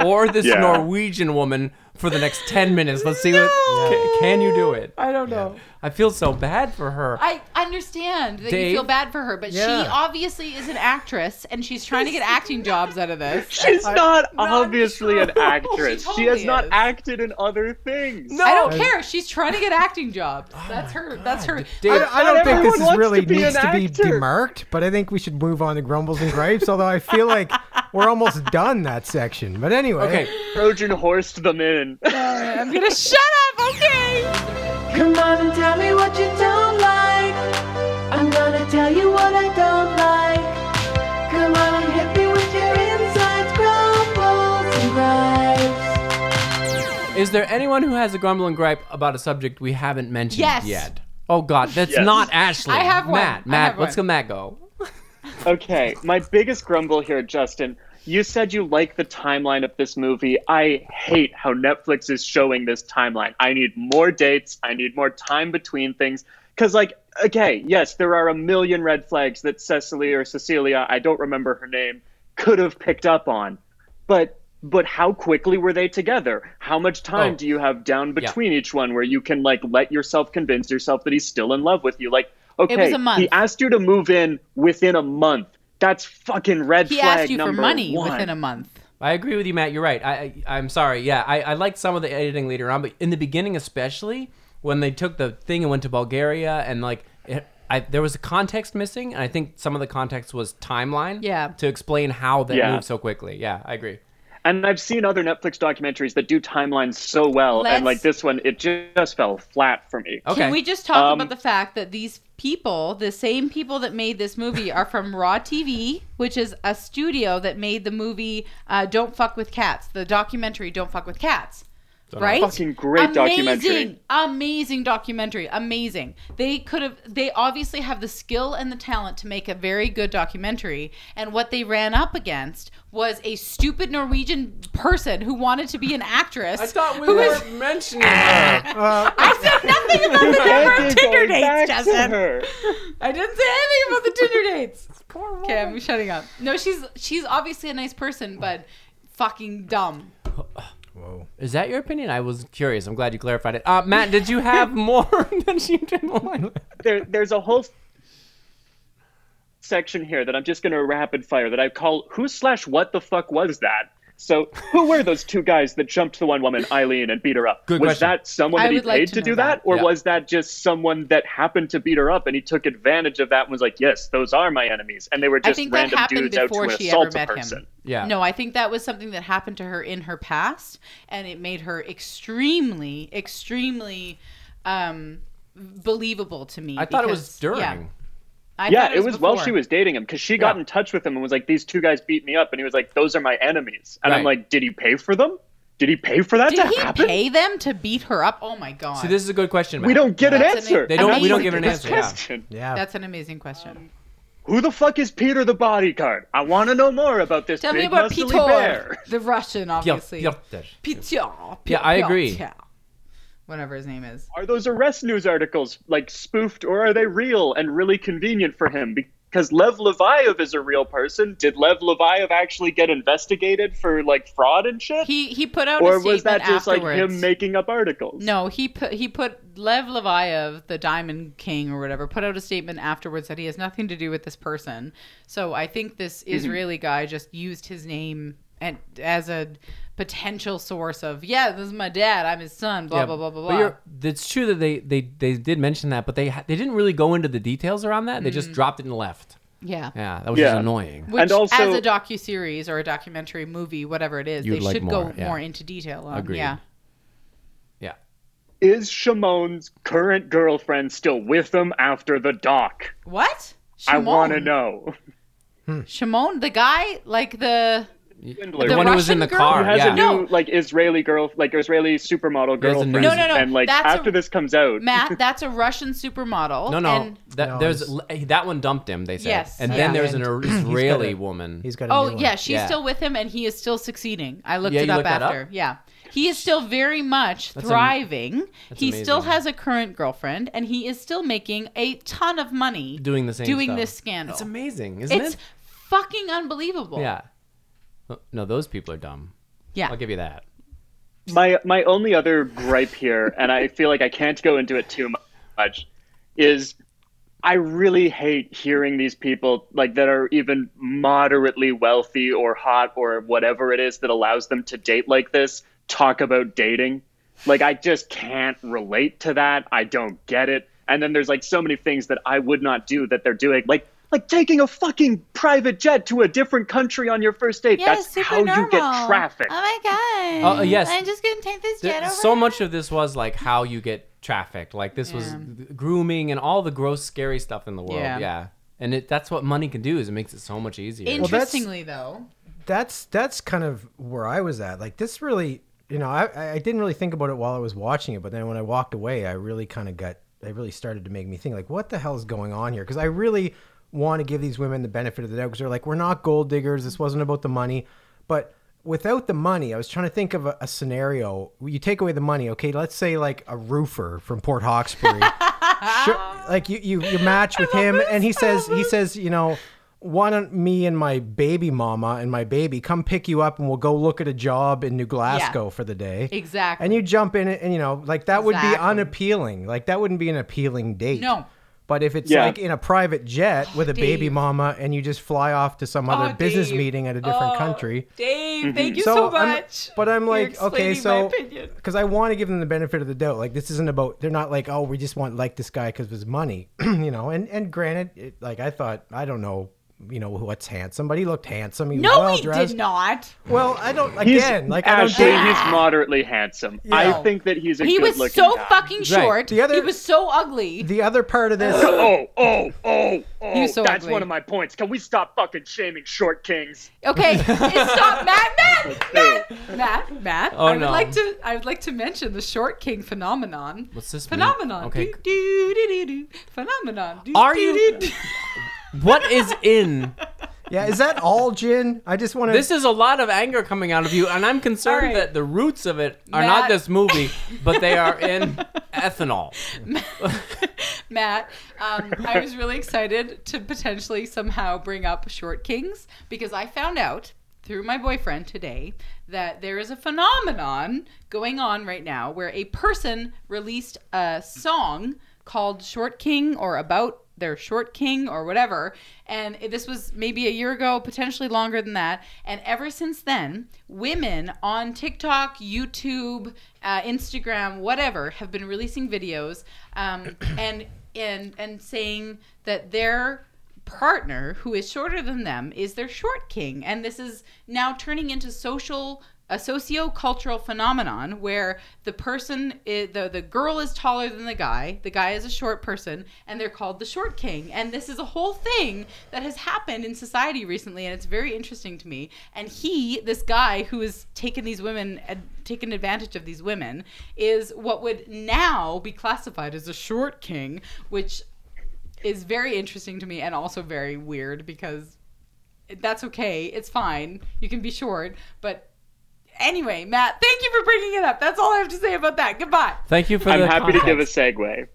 B: or this
D: Yeah.
B: Norwegian woman for the next 10 minutes. Let's see what ca- can you do it? I don't know. I feel so bad for her.
C: I understand that
B: Dave?
C: you feel bad for her, but she
A: Yeah.
C: obviously is an actress and she's trying to get acting jobs out of this.
D: She's not
C: not
D: obviously an
C: true. She
D: actress. She, has
C: totally
D: not
C: is.
D: acted in other things.
B: No.
C: I don't care. She's trying to get acting jobs. That's her. That's her.
B: Oh Dave,
A: I, I don't
D: Not
A: think
D: everyone
A: this is
D: wants
A: really
D: to be
A: needs
D: an
A: to be
D: actor.
A: demarked, but I think we should move on to grumbles and gripes. although I feel like we're almost done that section. But anyway,
B: Okay,
D: Trojan horsed them in.
C: I'm gonna shut up. Okay.
E: Come on and tell me what you don't like. I'm gonna tell you what I don't like. Come on and hit me with your insides, grumbles and gripes.
B: is there anyone who has a grumble and gripe about a subject we haven't mentioned
C: Yes.
B: yet? Oh God, that's
D: Yes.
B: not Ashley.
C: I have one.
B: Matt,
C: I
B: Matt,
C: have
B: let's go.
C: one.
B: Matt, go.
D: Okay, my biggest grumble here, Justin. You said you like the timeline of this movie. I hate how Netflix is showing this timeline. I need more dates. I need more time between things. Because, like, okay, yes, there are a million red flags that Cecily or Cecilia, I don't remember her name, could have picked up on. But but how quickly were they together? How much time
B: Oh.
D: do you have down between each one where you can like let yourself convince yourself that he's still in love with you? Like, okay,
C: a month.
D: he asked you to move in within a month. That's fucking red
C: He
D: flag
C: asked you for
D: number
C: money
D: one.
C: within a month.
B: I agree with you, Matt. You're right. I, I I'm sorry. Yeah, I, I liked some of the editing later on, but in the beginning, especially when they took the thing and went to Bulgaria, and like, it, I there was a context missing, and I think some of the context was timeline.
C: Yeah.
B: To explain how that
D: Yeah.
B: moved so quickly. Yeah, I agree.
D: And I've seen other Netflix documentaries that do timelines so well,
C: Let's-
D: and like this one, it just fell flat for me.
B: Okay.
C: Can we just talk
D: Um,
C: about the fact that these people, the same people that made this movie, are from Raw TV, which is a studio that made the movie uh, "Don't Fuck with Cats," the documentary "Don't Fuck with Cats." right?
D: Fucking great documentary.
C: Amazing documentary. Amazing. They could have they obviously have the skill and the talent to make a very good documentary and what they ran up against was a stupid Norwegian person who wanted to be an actress.
B: I thought we
C: who
B: were
C: was-
B: mentioning her.
C: I said nothing about the number of
D: Andy
C: Tinder
D: going back
C: dates,
D: to
C: Justin.
D: her.
C: I didn't say anything about the Tinder dates. Okay, I'm shutting up. No, she's she's obviously a nice person, but fucking dumb.
A: Whoa.
B: Is that your opinion? I was curious. I'm glad you clarified it. Uh, Matt, did you have more than she did one?
D: There, there's a whole section here that I'm just going to rapid fire that I call who slash what the fuck was that? So who were those two guys that jumped the one woman, Eileen, and beat her up?
B: Good
D: was
B: question.
D: that someone
C: I
D: that he
C: would like
D: paid
C: to
D: to, do
C: know that.
D: that, or
B: Yeah.
D: was that just someone that happened to beat her up and he took advantage of that and was like, "Yes, those are my enemies," and they were
C: I
D: just
C: think that
D: random
C: happened
D: dudes out to
C: before she ever
D: assault a
C: met him.
D: person?
B: Yeah.
C: No, I think that was something that happened to her in her past, and it made her extremely, extremely um, believable to me.
B: I thought it was
C: because-
B: during.
C: Yeah, I
D: Yeah,
C: thought
D: it was while
C: before.
D: she was dating him because she got
B: Yeah.
D: in touch with him and was like, "These two guys beat me up," and he was like, "Those are my enemies," and I'm
B: Right.
D: like, "Did he pay for them? Did he pay for that
C: Did
D: to
C: he
D: happen?"
C: pay them to beat her up? Oh my god,
B: See, this is a good question, Matt.
D: We don't get an
C: That's an-
D: answer.
C: They
B: don't- we don't
D: Amazing.
B: give an
D: This
B: answer, yeah.
D: question.
A: Yeah.
C: that's an amazing question.
D: Who the fuck is Peter the bodyguard? I want to know more about this
C: Tell
D: big
C: me about
D: muscly
C: Peter,
D: bear.
C: the Russian,
B: Yeah,
C: obviously.
B: yeah, there.
C: Peter.
B: Yeah, I agree.
C: Peter. Whatever his name is.
D: Are those arrest news articles like spoofed, or are they real and really convenient for him? Because Lev Levayev is a real person. Did Lev Levayev actually get investigated for like fraud and shit?
C: He he put out a
D: or
C: statement
D: was that just
C: afterwards.
D: like him making up articles?
C: No, he put he put Lev Levayev, the Diamond King or whatever, put out a statement afterwards that he has nothing to do with this person. So I think this
D: Mm-hmm.
C: Israeli guy just used his name and as a potential source of yeah, this is my dad, I'm his son, blah
B: Yeah,
C: blah blah blah
B: but
C: blah.
B: you're- It's true that they, they, they did mention that, but they ha- they didn't really go into the details around that. They
C: Mm.
B: just dropped it and left.
C: yeah.
B: Yeah, that was
D: Yeah.
B: just annoying.
C: Which,
D: And also-
C: as a docu series or a documentary movie, whatever it is,
B: You'd
C: they
B: like
C: should
B: more,
C: go
B: yeah.
C: more into detail on.
B: Agreed.
C: Yeah,
B: Yeah.
D: Is Shimon's current girlfriend still with him after the dock?
C: what?
D: I want to
C: Shimon.
D: know.
C: Shimon, the guy, like the
D: Swindler.
B: the one who was in
C: Russian
B: the
C: girl?
B: car.
C: Who
D: has
B: yeah.
D: a new like Israeli girl, like Israeli supermodel
B: He has a
D: girlfriend.
B: new- No, no,
C: no.
D: And like
C: That's a-
D: after this comes out,
C: Matt. That's a Russian supermodel.
B: no, no,
C: and-
B: that,
A: No,
B: there's
A: he's-
B: l- that one dumped him. They said,
C: Yes,
B: and
C: yeah.
B: then there's an Israeli
A: a-
B: woman.
A: He's got a
C: Oh
A: new one.
C: yeah, she's
B: Yeah.
C: still with him, and he is still succeeding. I looked
B: Yeah,
C: it
B: you
C: up
B: looked that up?
C: after. Yeah, he is still very much
B: That's am-
C: thriving. he still
B: amazing.
C: has a current girlfriend, and he is still making a ton of money
B: doing the same
C: doing
B: stuff.
C: this scandal.
B: It's amazing, isn't
C: It's
B: it?
C: fucking unbelievable.
B: Yeah. No, those people are dumb.
C: yeah.
B: I'll give you that.
D: my my only other gripe here, and I feel like I can't go into it too much, is I really hate hearing these people like that are even moderately wealthy or hot or whatever it is that allows them to date like this talk about dating. Like I just can't relate to that. I don't get it. And then there's like so many things that I would not do that they're doing. Like like taking a fucking private jet to a different country on your first date.
C: Yeah,
D: That's
C: super
D: how you
C: normal.
D: get traffic.
C: Oh my
B: Oh,
C: god.
B: uh, yes.
C: I'm just gonna take this
B: Th-
C: jet over.
B: so much of this was like how you get trafficked. Like this was
C: Yeah.
B: th- grooming and all the gross, scary stuff in the world. Yeah.
C: Yeah.
B: And it, that's what money can do is it makes it so much easier.
A: that's-
C: Interestingly, though,
A: that's that's kind of where I was at. Like this really, you know, I I didn't really think about it while I was watching it, but then when I walked away, I really kind of got it really started to make me think like, what the hell is going on here? Because I really want to give these women the benefit of the doubt because they're like, we're not gold diggers. This wasn't about the money, but without the money, I was trying to think of a, a scenario. You take away the money, okay? Let's say like a roofer from Port Hawkesbury. sure, like you, you, you match with him, and he says, he says, you know, why don't me and my baby mama and my baby come pick you up, and we'll go look at a job in New Glasgow for the day.
C: Exactly.
A: And you jump in, it, and you know, like that would be
C: Exactly.
A: unappealing. Like that wouldn't be an appealing date.
C: No. Oh,
A: But if it's
D: Yeah.
A: like in a private jet with a baby
C: Dave.
A: mama, and you just fly off to some other
C: Oh,
A: business
C: Dave.
A: meeting at a different
C: Oh,
A: country,
C: Dave,
D: Mm-hmm.
C: thank you so,
A: so I'm-
C: much.
A: but I'm
C: You're
A: like, okay,
C: explaining my
A: so
C: opinion.
A: because I want to give them the benefit of the doubt. Like this isn't about they're not like, oh, we just want like this guy because of his money, you know. And and granted, it, like I thought, I don't know you know what's handsome, but he looked handsome. He was
C: No,
A: well
C: he
A: dressed.
C: did not.
A: Well, I don't.
D: He's,
A: Again, like I don't.
D: Ashley,
A: Date,
D: he's moderately handsome. I think that he's a
C: He
D: good
C: was
D: looking
C: so
D: guy.
C: fucking short.
A: The other-
C: he was so ugly.
A: the other part of this.
D: Oh, oh, oh, oh.
C: He was so
D: That's
C: ugly.
D: one of my points. Can we stop fucking shaming short kings?
C: Okay, it's stop, Matt, Matt, Matt, Matt, Matt.
A: Oh,
C: I would
B: no.
C: like to, I would like to mention the short king phenomenon.
B: What's this mean?
C: phenomenon?
B: Okay.
C: Do, do, do, do, do. Phenomenon. Do,
B: Are
C: do,
B: you-
C: do, do.
B: What is in?
A: Yeah, is that all gin? I just want to.
B: This is a lot of anger coming out of you, and I'm concerned
C: All right.
B: that the roots of it are not
C: Matt.
B: this movie, but they are in ethanol.
C: Matt, um, I was really excited to potentially somehow bring up short kings because I found out through my boyfriend today that there is a phenomenon going on right now where a person released a song called Short King or about their short king or whatever and it- this was maybe a year ago potentially longer than that and ever since then women on tiktok youtube uh, instagram whatever have been releasing videos um, and and and saying that their partner who is shorter than them is their short king and this is now turning into social a socio-cultural phenomenon where the person i the the girl is taller than the guy the guy is a short person and they're called the short king and this is a whole thing that has happened in society recently and it's very interesting to me and he this guy who has taken these women ad, taken advantage of these women is what would now be classified as a short king which is very interesting to me and also very weird because that's okay. It's fine. You can be short. But anyway, Matt, thank you for bringing it up. That's all I have to say about that. Goodbye.
B: Thank you for
D: I'm
B: the
D: happy to give a
B: context.
D: segue.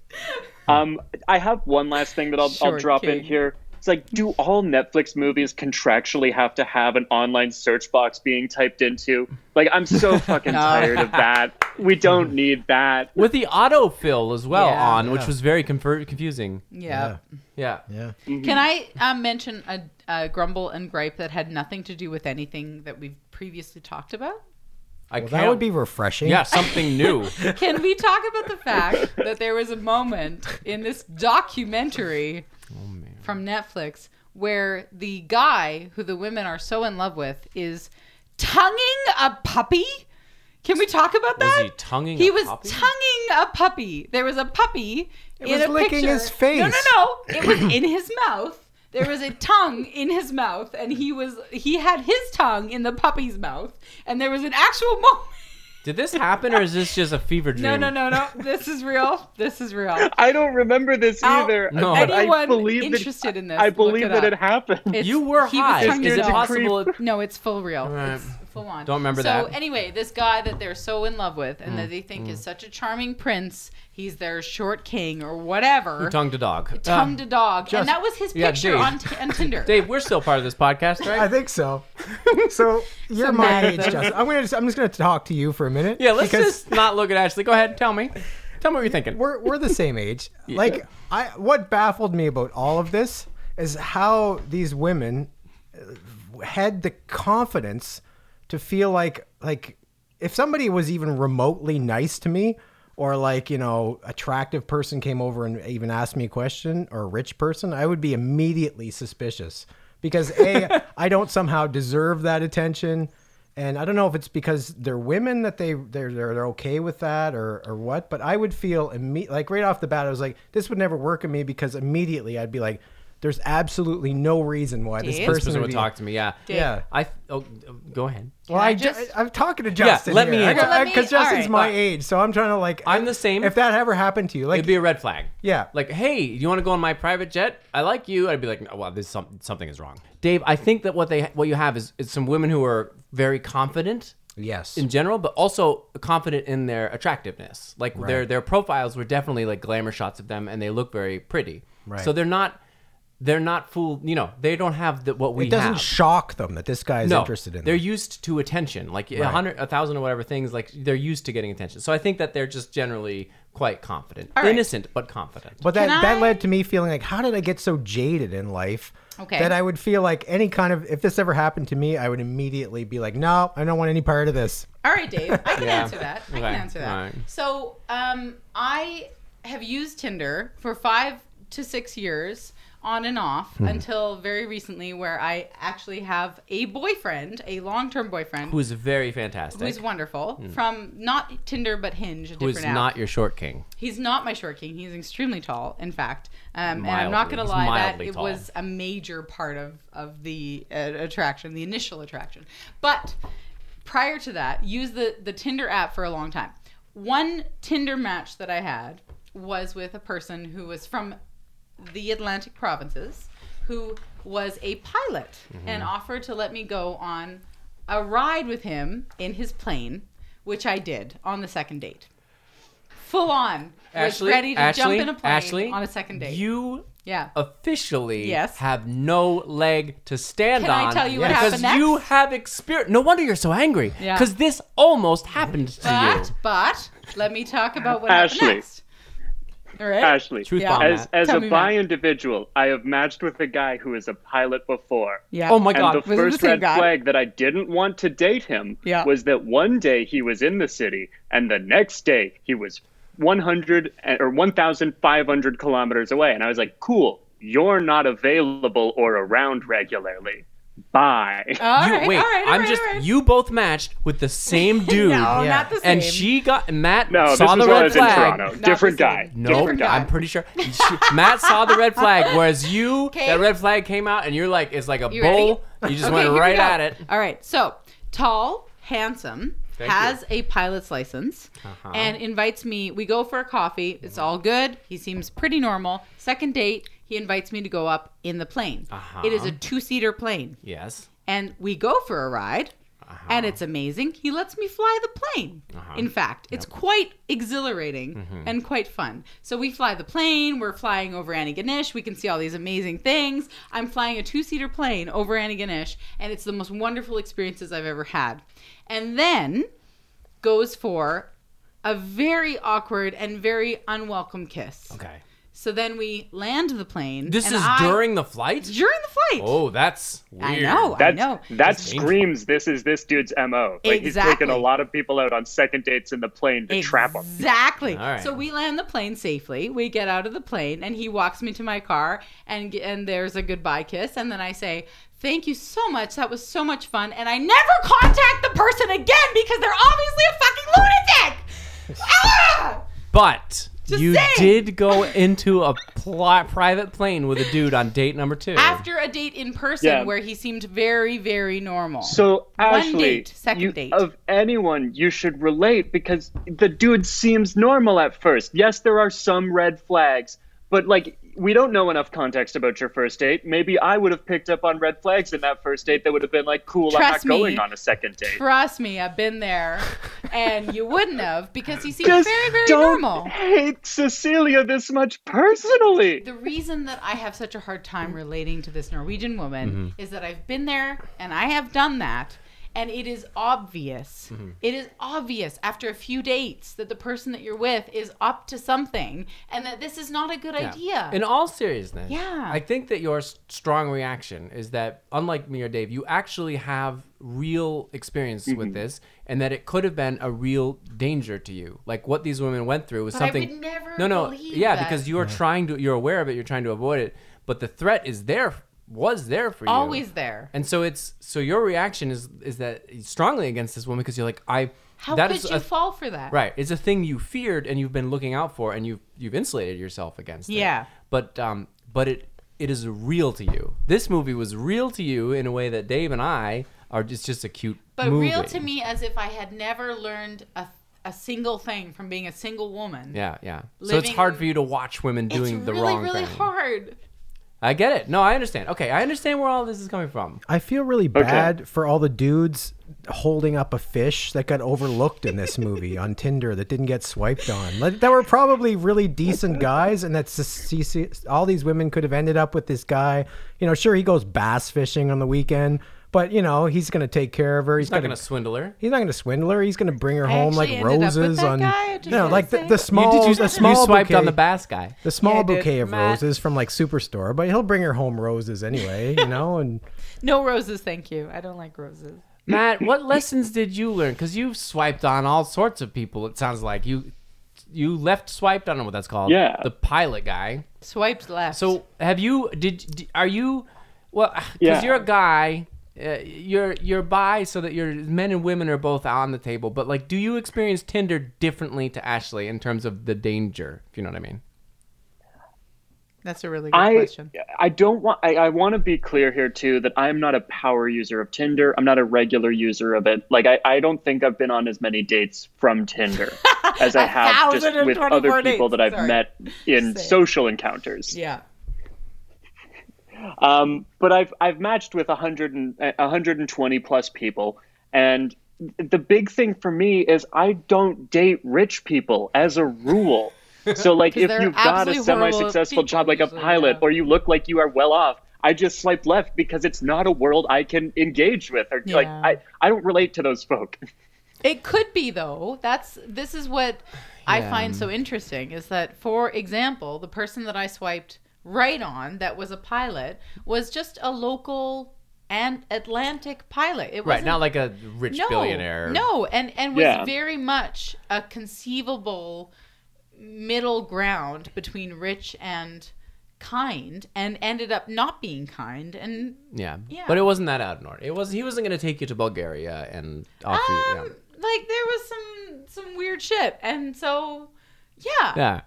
D: Um, I have one last thing that I'll, I'll
C: Short
D: drop in
C: king.
D: here. It's like, do all Netflix movies contractually have to have an online search box being typed into? Like, I'm so fucking tired of that. We don't need that.
B: with the autofill as well
C: Yeah.
B: on,
A: Yeah.
B: which was very confer- confusing.
C: Yeah.
B: Yeah.
A: yeah.
C: Can I um, mention a, a grumble and gripe that had nothing to do with anything that we've previously talked about?
B: I
A: Well,
B: can't.
A: that would be refreshing.
B: yeah, something new.
C: Can we talk about the fact that there was a moment in this documentary
B: Oh,
C: from Netflix where the guy who the women are so in love with is tonguing a puppy? Can we talk about
B: Was
C: that?
B: he tonguing
C: He
B: a
C: was
B: puppy?
C: tonguing a puppy. There was a puppy it in
A: was
C: a
A: licking
C: picture.
A: his face.
C: No, no, no. It was in his mouth. There was a tongue in his mouth, and he was he had his tongue in the puppy's mouth, and there was an actual moment.
B: Did this happen or is this just a fever dream?
C: No, no, no, no. This is real. This is real.
D: I don't remember this
C: Ow.
D: either.
B: No.
D: but I
C: Anyone
D: believe
C: interested
D: that,
C: in this,
D: I
C: look
D: believe
C: it
D: that
C: up.
D: it happened.
C: It's-
B: You were
C: he was
B: high.
C: tonguing
B: Is
C: a
B: it
C: puppy.
B: possible?
C: No, it's full real.
B: right.
C: It's full on.
B: Don't remember
C: so,
B: that. Mm.
C: So anyway, this guy that they're so in love with and that they think is such a charming prince, he's their short king or whatever.
B: Tongue to dog.
C: Tongued a dog,
A: just-
C: and that was his
B: yeah,
C: picture
B: Dave.
C: on, t- on Tinder.
B: Uh, Dave, we're still part of this podcast,
A: I
B: right?
A: think so. So you're my
C: mad at
A: age,
C: them.
A: Justin. I'm gonna. Just, I'm just gonna talk to you for a minute.
B: Yeah, let's
A: because
B: just not look at Ashley. Go ahead, tell me. Tell me what you're thinking.
A: We're we're the same age. Like I, what baffled me about all of this is how these women uh, had the confidence to feel like like if somebody was even remotely nice to me or like you know attractive person came over and even asked me a question or a rich person i would be immediately suspicious because a i don't somehow deserve that attention and i don't know if it's because they're women that they they're they're, they're okay with that or or what but i would feel imme- like right off the bat i was like this would never work in me because immediately i'd be like there's absolutely no reason why this
C: Dave?
A: person,
B: This person
A: would
B: would
A: be-
B: talk to me. Yeah.
A: yeah
B: I. Oh, go ahead.
A: well, I,
C: I
A: just,
C: just-
A: I'm talking to Justin.
B: let me
A: here.
B: answer.
C: Well, let me-
A: because Justin's
C: alright.
A: my
B: Uh,
A: age, so I'm trying to like.
B: I'm the same.
A: If that ever happened to you, like,
B: It'd be a red flag.
A: Yeah.
B: Like, hey, you want to go on my private jet? I like you. I'd be like, well, there's some, something is wrong. Dave, I think that what they what you have is, is some women who are very confident
A: yes,
B: in general, but also confident in their attractiveness. Like their their profiles were definitely like glamour shots of them, and they look very pretty.
A: Right.
B: So they're not they're not fooled. You know, they don't have the, what we
A: it doesn't
B: have.
A: shock them that this guy is
B: no,
A: interested in.
B: they're
A: them.
B: used to attention, like a hundred, a thousand, or whatever things. Like they're used to getting attention. So I think that they're just generally quite confident,
C: right.
B: innocent but confident.
A: But that
C: Can
A: that
C: I-
A: led to me feeling like, how did I get so jaded in life?
C: Okay.
A: That I would feel like any kind of if this ever happened to me, I would immediately be like, no, I don't want any part of this.
C: All right, Dave. I can
B: Yeah.
C: answer that. I can
B: Okay.
C: answer that.
B: All right.
C: So, um, I have used Tinder for five to six years on and off
B: Hmm.
C: until very recently, where I actually have a boyfriend, a long term boyfriend,
B: Who is very fantastic.
C: who's wonderful from not Tinder but Hinge, a
B: who is
C: different app.
B: Hmm. not your short king.
C: He's not my short king. He's extremely tall, in fact. Um, and I'm not
B: Mildly.
C: going to
B: He's
C: lie that
B: mildly
C: it
B: tall.
C: was a major part of, of the uh, attraction, the initial attraction. But prior to that, used the, the Tinder app for a long time. One Tinder match that I had was with a person who was from the Atlantic provinces who was a pilot
B: Mm-hmm.
C: and offered to let me go on a ride with him in his plane, which I did on the second date. Full on. was ready to jump in a plane
B: Ashley,
C: on a second date.
B: You
C: yeah.
B: officially
C: Yes.
B: have no leg to stand
C: Can I
B: on.
C: tell you what
B: because
C: happened next?
B: you have experienced. No wonder you're so angry.
C: Yeah.
B: Because this almost happened to
C: But
B: you.
C: but let me talk about what
D: Ashley.
C: happened next. All right.
D: Ashley,
B: Truth
C: Yeah.
B: bomb.
D: as
B: that.
D: as
C: Tell
D: a
C: me
D: bi
C: more.
D: individual, I have matched with a guy who is a pilot before.
C: Yeah.
B: oh my
D: And
B: God.
D: the
C: it the
D: first
C: same
D: red
C: guy?
D: flag that I didn't want to date him
C: Yeah.
D: was that one day he was in the city and the next day he was 100 and- or 1,500 kilometers away. And I was like, cool, you're not available or around regularly. Bye.
C: All
B: You-
C: right,
B: wait,
C: all right, all
B: I'm
C: right,
B: just
C: all right.
B: you both matched with the same dude.
C: No,
A: Yeah.
C: not the same.
B: And she got Matt
D: no, this
B: saw
D: was
B: the
D: when I
B: red
D: was in
B: flag.
D: Toronto.
C: the
D: Different
C: same.
D: guy.
B: No,
D: Different guy.
B: I'm pretty sure she, Matt saw the red flag, whereas you, that red flag came out, and you're like, it's like a
C: You
B: bull. You just
C: Okay, here
B: went
C: we
B: right
C: go.
B: at it.
C: All right. So tall, handsome,
B: Thank Uh-huh.
C: has a pilot's license, and invites me. We go for a coffee. It's all good. He seems pretty normal. Second date, he invites me to go up in the plane.
B: Uh-huh.
C: It is a two-seater plane,
B: Yes.
C: and we go for a ride.
B: Uh-huh.
C: And it's amazing. He lets me fly the plane. In fact, it's quite exhilarating
B: Mm-hmm.
C: and quite fun. So we fly the plane. We're flying over Antigonish. We can see all these amazing things. I'm flying a two-seater plane over Antigonish, and it's the most wonderful experiences I've ever had. And then goes for a very awkward and very unwelcome kiss.
B: Okay.
C: So then we land the plane.
B: This
C: and
B: is
C: I-
B: during the flight.
C: during the flight.
B: Oh, that's weird.
C: I know. I
D: That's,
C: know.
D: that
B: That's painful.
D: screams this is this dude's MO. Like he's taken
C: Exactly.
D: a lot of people out on second dates in the plane to trap them.
C: Exactly.
B: All right.
C: So we land the plane safely. We get out of the plane, and he walks me to my car, and and there's a goodbye kiss, and then I say. Thank you so much. That was so much fun. And I never contact the person again because they're obviously a fucking lunatic. Ah!
B: But
C: Just
B: you
C: saying.
B: did go into a pli- private plane with a dude on date number two.
C: After a date in person
D: Yeah.
C: where he seemed very, very normal.
D: So Ashley,
C: date, second
D: you-
C: date.
D: of anyone, you should relate because the dude seems normal at first. Yes, there are some red flags, but like we don't know enough context about your first date. Maybe I would have picked up on red flags in that first date that would have been like, "Cool, I'm not
C: Trust me.
D: going on a second date."
C: Trust me, I've been there. And you wouldn't have because he seemed
D: Just
C: very, very
D: don't
C: normal.
D: hate Cecilia this much personally.
C: The reason that I have such a hard time relating to this Norwegian woman
B: Mm-hmm.
C: is that I've been there and I have done that. And it is obvious.
B: Mm-hmm.
C: It is obvious after a few dates that the person that you're with is up to something and that this is not a good
B: Yeah.
C: idea.
B: In all seriousness,
C: Yeah.
B: I think that your s- strong reaction is that, unlike me or Dave, you actually have real experience with this, and that it could have been a real danger to you. Like what these women went through was
C: But I
B: something.
C: would never
B: no, no,
C: believe
B: yeah,
C: that.
B: because you are trying to, you're aware of it, you're trying to avoid it, but the threat is there, was there for you.
C: Always there.
B: And so it's so your reaction is is that strongly against this woman because you're like I
C: How
B: that
C: could
B: is
C: you
B: a-
C: fall for that?
B: right it's a thing you feared and you've been looking out for and you've you've insulated yourself against it.
C: Yeah.
B: But um but it it is real to you. This movie was real to you in a way that Dave and I are just just a cute
C: But
B: movie.
C: real to me as if I had never learned a, a single thing from being a single woman.
B: Yeah, yeah. so it's
C: Living-
B: hard for you to watch women
C: It's
B: doing the
C: really,
B: wrong
C: really
B: thing.
C: hard.
B: I get it. No, I understand. Okay, I understand where all this is coming from.
A: I feel really bad for all the dudes holding up a fish that got overlooked in this movie on Tinder that didn't get swiped on. Like, that were probably really decent guys, and that's just- see- see- all these women could have ended up with this guy. You know, sure he goes bass fishing on the weekend, but you know he's going to take care of her. He's,
B: It's not
A: gonna.
B: gonna swindle her.
A: He's not going to swindle her. He's going to bring her home like
C: actually ended up with
A: roses
C: that
A: on,
C: guy, I just
A: you know,
C: wanna
A: like the,
C: say.
A: the small,
B: you, did you,
A: the small
B: you swiped
A: bouquet,
B: on the bass guy.
A: the small
C: Yeah, I did,
A: bouquet of
B: Matt.
A: roses from like Superstore. But he'll bring her home roses anyway, you know. And
C: No roses, thank you. I don't like roses.
B: Matt, what lessons did you learn? Because you've swiped on all sorts of people. It sounds like you you left swiped. I don't know what that's called.
D: Yeah.
B: The pilot guy.
C: Swiped left.
B: So have you? Did d- are you? Well, because
D: Yeah.
B: you're a guy, uh, you're you're bi, so that your men and women are both on the table. But like, do you experience Tinder differently to Ashley in terms of the danger? If you know what I mean.
C: that's a really good
D: I
C: question.
D: I don't want I, I want to be clear here too that I'm not a power user of Tinder. I'm not a regular user of it. Like I, I don't think I've been on as many dates from Tinder as I have just with
C: 1,024
D: other people
C: dates.
D: that I've
C: Sorry.
D: met
C: Same.
D: in social encounters.
C: Yeah.
D: Um, but I've I've matched with 100 and, uh, 120 plus people, and the big thing for me is I don't date rich people as a rule. So like if
C: they're
D: you've got a
C: absolutely horrible
D: semi-successful job like
C: people
D: a
C: usually,
D: pilot,
C: yeah.
D: or you look like you are well off, I just swipe left because it's not a world I can engage with. Or like
C: Yeah.
D: I I don't relate to those folk.
C: It could be though. That's this is what I
B: Yeah.
C: find so interesting is that for example, the person that I swiped right on that was a pilot was just a local and Atlantic pilot. It
B: Right,
C: wasn't
B: not like a rich billionaire.
C: No, and and was
D: Yeah.
C: very much a conceivable middle ground between rich and kind, and ended up not being kind. And
B: Yeah.
C: Yeah.
B: But it wasn't that out of order. It was he wasn't going to take you to Bulgaria and
C: um,
B: offer you. Yeah.
C: like there was some some weird shit, and so yeah,
B: yeah.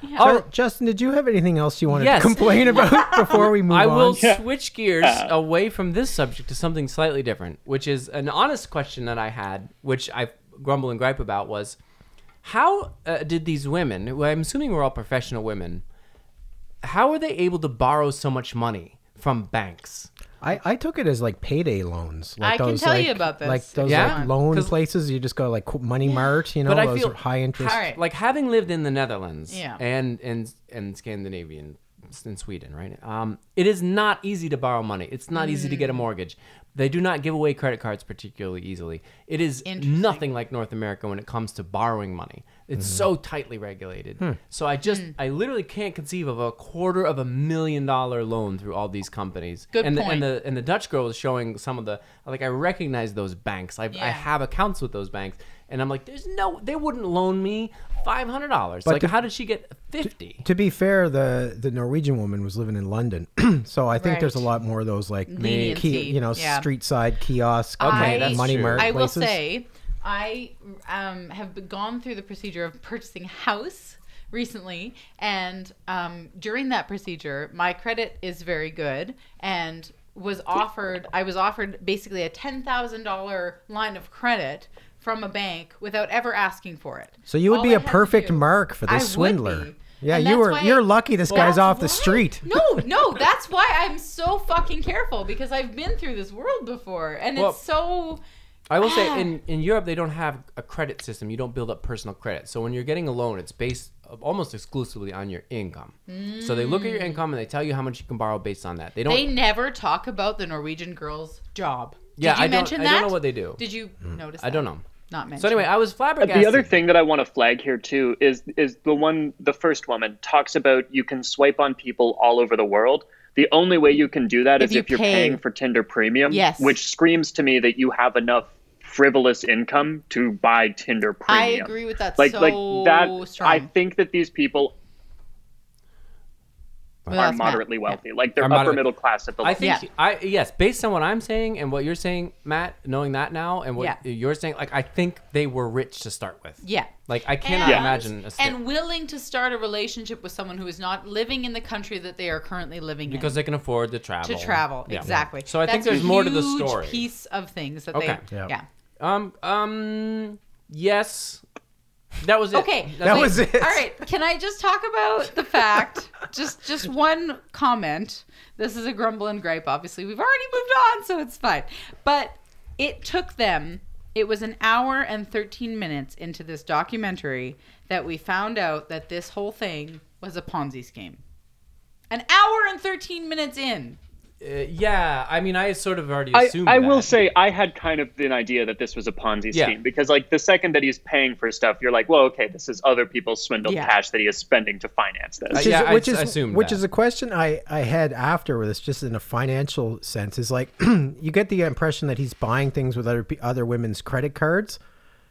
C: yeah.
B: All
A: Ju- Justin, did you have anything else you wanted
B: Oh. Yes.
A: to complain about before we move
B: I will
A: on?
B: switch gears away from this subject to something slightly different, which is an honest question that I had, which I grumble and gripe about was how uh, did these women, who I'm assuming were all professional women, how were they able to borrow so much money from banks?
A: I, I took it as like payday loans. Like
C: I can
A: those,
C: tell
A: like,
C: you about this.
A: Like those
B: Yeah?
A: like loan
B: 'Cause-
A: places you just go like Money Mart, you know,
B: But I
A: those
B: feel-
A: are high interest.
C: All right.
B: Like having lived in the Netherlands
C: Yeah.
B: and and and Scandinavian in Sweden, right? Um, it is not easy to borrow money. It's not easy to get
C: Mm.
B: a mortgage. They do not give away credit cards particularly easily. It is
C: Interesting.
B: nothing like North America when it comes to borrowing money. It's so tightly regulated. So I just
C: Mm.
B: I literally can't conceive of a quarter of a million dollar loan through all these companies.
C: Good
B: and The,
C: point.
B: and the and the Dutch girl was showing some of the like I recognize those banks. I I
C: Yeah.
B: have accounts with those banks, and I'm like, there's no, they wouldn't loan me five hundred dollars.
A: But
B: Like,
A: the-
B: how did she get fifty?
A: To be fair, the the Norwegian woman was living in London, so I think there's a
C: Right.
A: lot more of those like key,
C: Leniency,
A: you know,
C: yeah.
A: street side kiosk,
C: Okay,
A: like,
C: that's
A: money
B: true.
A: mart
C: I will
A: places.
C: say, I um, have be- gone through the procedure of purchasing a house recently, and um, during that procedure, my credit is very good and was offered. I was offered basically a ten thousand dollar line of credit from a bank without ever asking for it.
A: So you would
C: All
A: be
C: I
A: a
C: had to
A: perfect
C: do-
A: mark for
C: I
A: this
C: would
A: swindler.
C: be.
A: Yeah,
C: And
A: you
C: that's
A: were.
C: why-
A: You're lucky this guy's
C: That's
A: off the
C: why-
A: street.
C: No, no, that's why I'm so fucking careful because I've been through this world before, and
B: Well-
C: it's so.
B: I will say,
C: Ah.
B: in in Europe, they don't have a credit system. You don't build up personal credit. So when you're getting a loan, it's based almost exclusively on your income. So they look at your income and they tell you how much you can borrow based on that. They don't.
C: They never talk about the Norwegian girl's job.
B: Yeah,
C: Did you
B: I don't-
C: mention
B: I
C: that?
B: don't know what they do. Mm,
C: Did you notice?
B: I don't
C: that?
B: know.
C: Not mentioned.
B: So anyway, I was flabbergasted.
D: Uh, The other thing that I want to flag here too is is the one the first woman talks about you can swipe on people all over the world. The only way you can do that
C: If
D: is
C: you
D: if you're
C: pay.
D: paying for Tinder Premium,
C: Yes.
D: which screams to me that you have enough frivolous income to buy Tinder
C: I
D: Premium.
C: agree with that.
D: Like
C: so
D: like that
C: strong.
D: I think that these people
C: Well,
D: are
C: that's Matt.
D: moderately wealthy. Like they're
B: Are
D: upper
B: moderate-
D: middle class at the
B: I
D: least.
B: think
C: Yeah.
B: I yes, based on what I'm saying and what you're saying, Matt, knowing that now and what
C: Yeah.
B: you're saying, like I think they were rich to start with.
C: Yeah.
B: Like I cannot
D: Yeah.
B: imagine a sta-
C: and willing to start a relationship with someone who is not living in the country that they are currently living
B: because
C: in.
B: they can afford to travel.
C: To travel,
B: Yeah.
C: exactly.
B: So I think
C: That's a
B: there's more to the
C: huge
B: story.
C: Piece of things that
B: Okay.
C: they,
A: Yeah.
C: yeah.
B: Um um yes. That was it.
C: Okay,
B: That's
A: That was it.
C: All right, can I just talk about the fact? just just one comment. This is a grumble and gripe. Obviously, we've already moved on, so it's fine. But it took them. It was an hour and thirteen minutes into this documentary that we found out that this whole thing was a Ponzi scheme. An hour and thirteen minutes in.
B: Uh, yeah, I mean I sort of already
D: I,
B: assumed
D: I will
B: that.
D: say I had kind of an idea that this was a Ponzi scheme
B: Yeah.
D: because like the second that he's paying for stuff, you're like, well, okay, this is other people's swindled
C: Yeah.
D: cash that he is spending to finance this.
B: Uh,
A: Which
B: yeah,
A: is,
B: I
A: which
B: s-
A: is
B: assumed
A: which
B: that.
A: is a question I I had after this, just in a financial sense, is like you get the impression that he's buying things with other pe- other women's credit cards,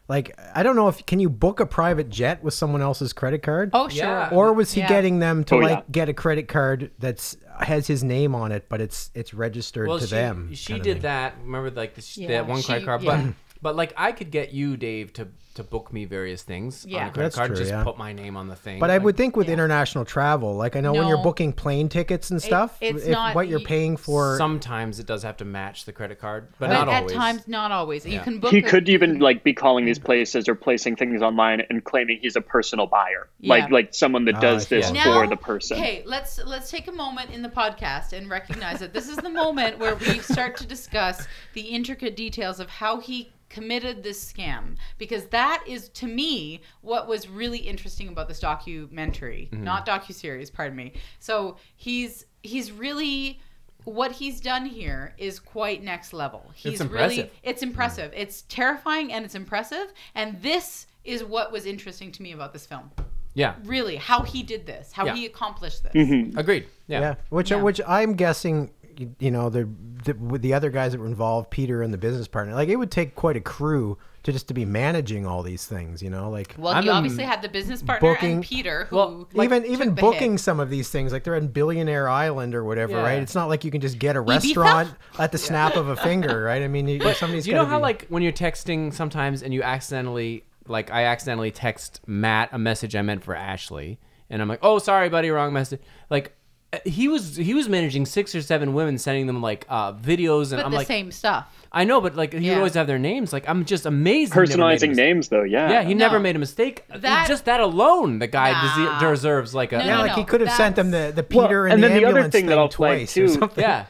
A: Like, I don't know if can you book a private jet with someone else's credit card?
C: Oh,
B: Yeah.
C: sure.
A: Or was he
C: Yeah.
A: getting them to
D: Oh,
A: like
D: yeah.
A: get a credit card that's has his name on it, but it's it's registered to
B: she,
A: them?
B: She
A: kinda
B: did
A: thing.
B: that. Remember, like this,
C: Yeah,
B: that one
C: she-
B: credit card.
C: yeah.
B: But but like I could get you, Dave, to to book me various things
C: Yeah.
B: on a credit
A: That's
B: card.
A: true,
B: just
A: yeah.
B: put my name on the thing.
A: But I
B: Like,
A: would think with
C: Yeah.
A: international travel, like I know when you're
C: No.
A: booking plane tickets and stuff,
C: it's
A: if
C: not-
A: what you're
C: you-
A: paying for.
B: sometimes it does have to match the credit card, but,
C: But
B: not
C: at
B: always.
C: times, not always. You can book.
D: He
C: a-
D: could even like be calling these places or placing things online and claiming he's a personal buyer, like
C: Yeah.
D: like someone that
A: Ah, I
D: does this
A: see.
D: for the person.
C: Okay, let's let's take a moment in the podcast and recognize that this is the moment where we start to discuss the intricate details of how he committed this scam because that is to me what was really interesting about this documentary,
D: Mm-hmm.
C: not docuseries, pardon me. So, he's he's really what he's done here is quite next level. He's
B: impressive.
C: really it's impressive. It's terrifying and it's impressive and this is what was interesting to me about this film
B: Yeah,
C: really how he did this, how
B: Yeah.
C: he accomplished this.
B: agreed. Yeah.
A: Yeah, which
C: Yeah.
A: which I'm guessing, you- you know, the, the with the other guys that were involved, Peter and the business partner, like it would take quite a crew to just to be managing all these things, you know, like
C: Well,
B: I'm
C: you
B: im-
C: obviously had the business partner
A: booking-
C: and Peter, who
B: Well,
A: even
C: took
A: even
C: the
A: booking
C: hit.
A: some of these things, like they're in Billionaire Island or whatever,
B: Yeah.
A: right? It's not like you can just get a
C: Ibiza?
A: restaurant at the snap of a finger, right? I mean, you, somebody's.
B: Do you know
A: gotta
B: how
A: be-
B: like when you're texting sometimes and you accidentally like I accidentally text Matt a message I meant for Ashley and I'm like, "Oh, sorry buddy, wrong message." Like uh, he was he was managing six or seven women sending them like uh, videos and
C: but
B: I'm
C: the
B: like
C: same stuff.
B: I know but like he
C: Yeah.
B: would always have their names like I'm just amazed he never made a
D: Personalizing
B: mis-
D: names though, yeah.
B: yeah he
C: No.
B: never made a mistake
C: That-
B: just that alone the guy dese-
C: Nah.
B: deserves like a
C: No,
A: Yeah,
C: no,
A: like he
C: no,
A: could have sent them the
C: that's-
A: the
D: Well,
A: Peter and,
D: and
A: the
D: then the other
A: ambulance
D: thing that I'll flag,
A: twice or
D: too-
A: something.
B: yeah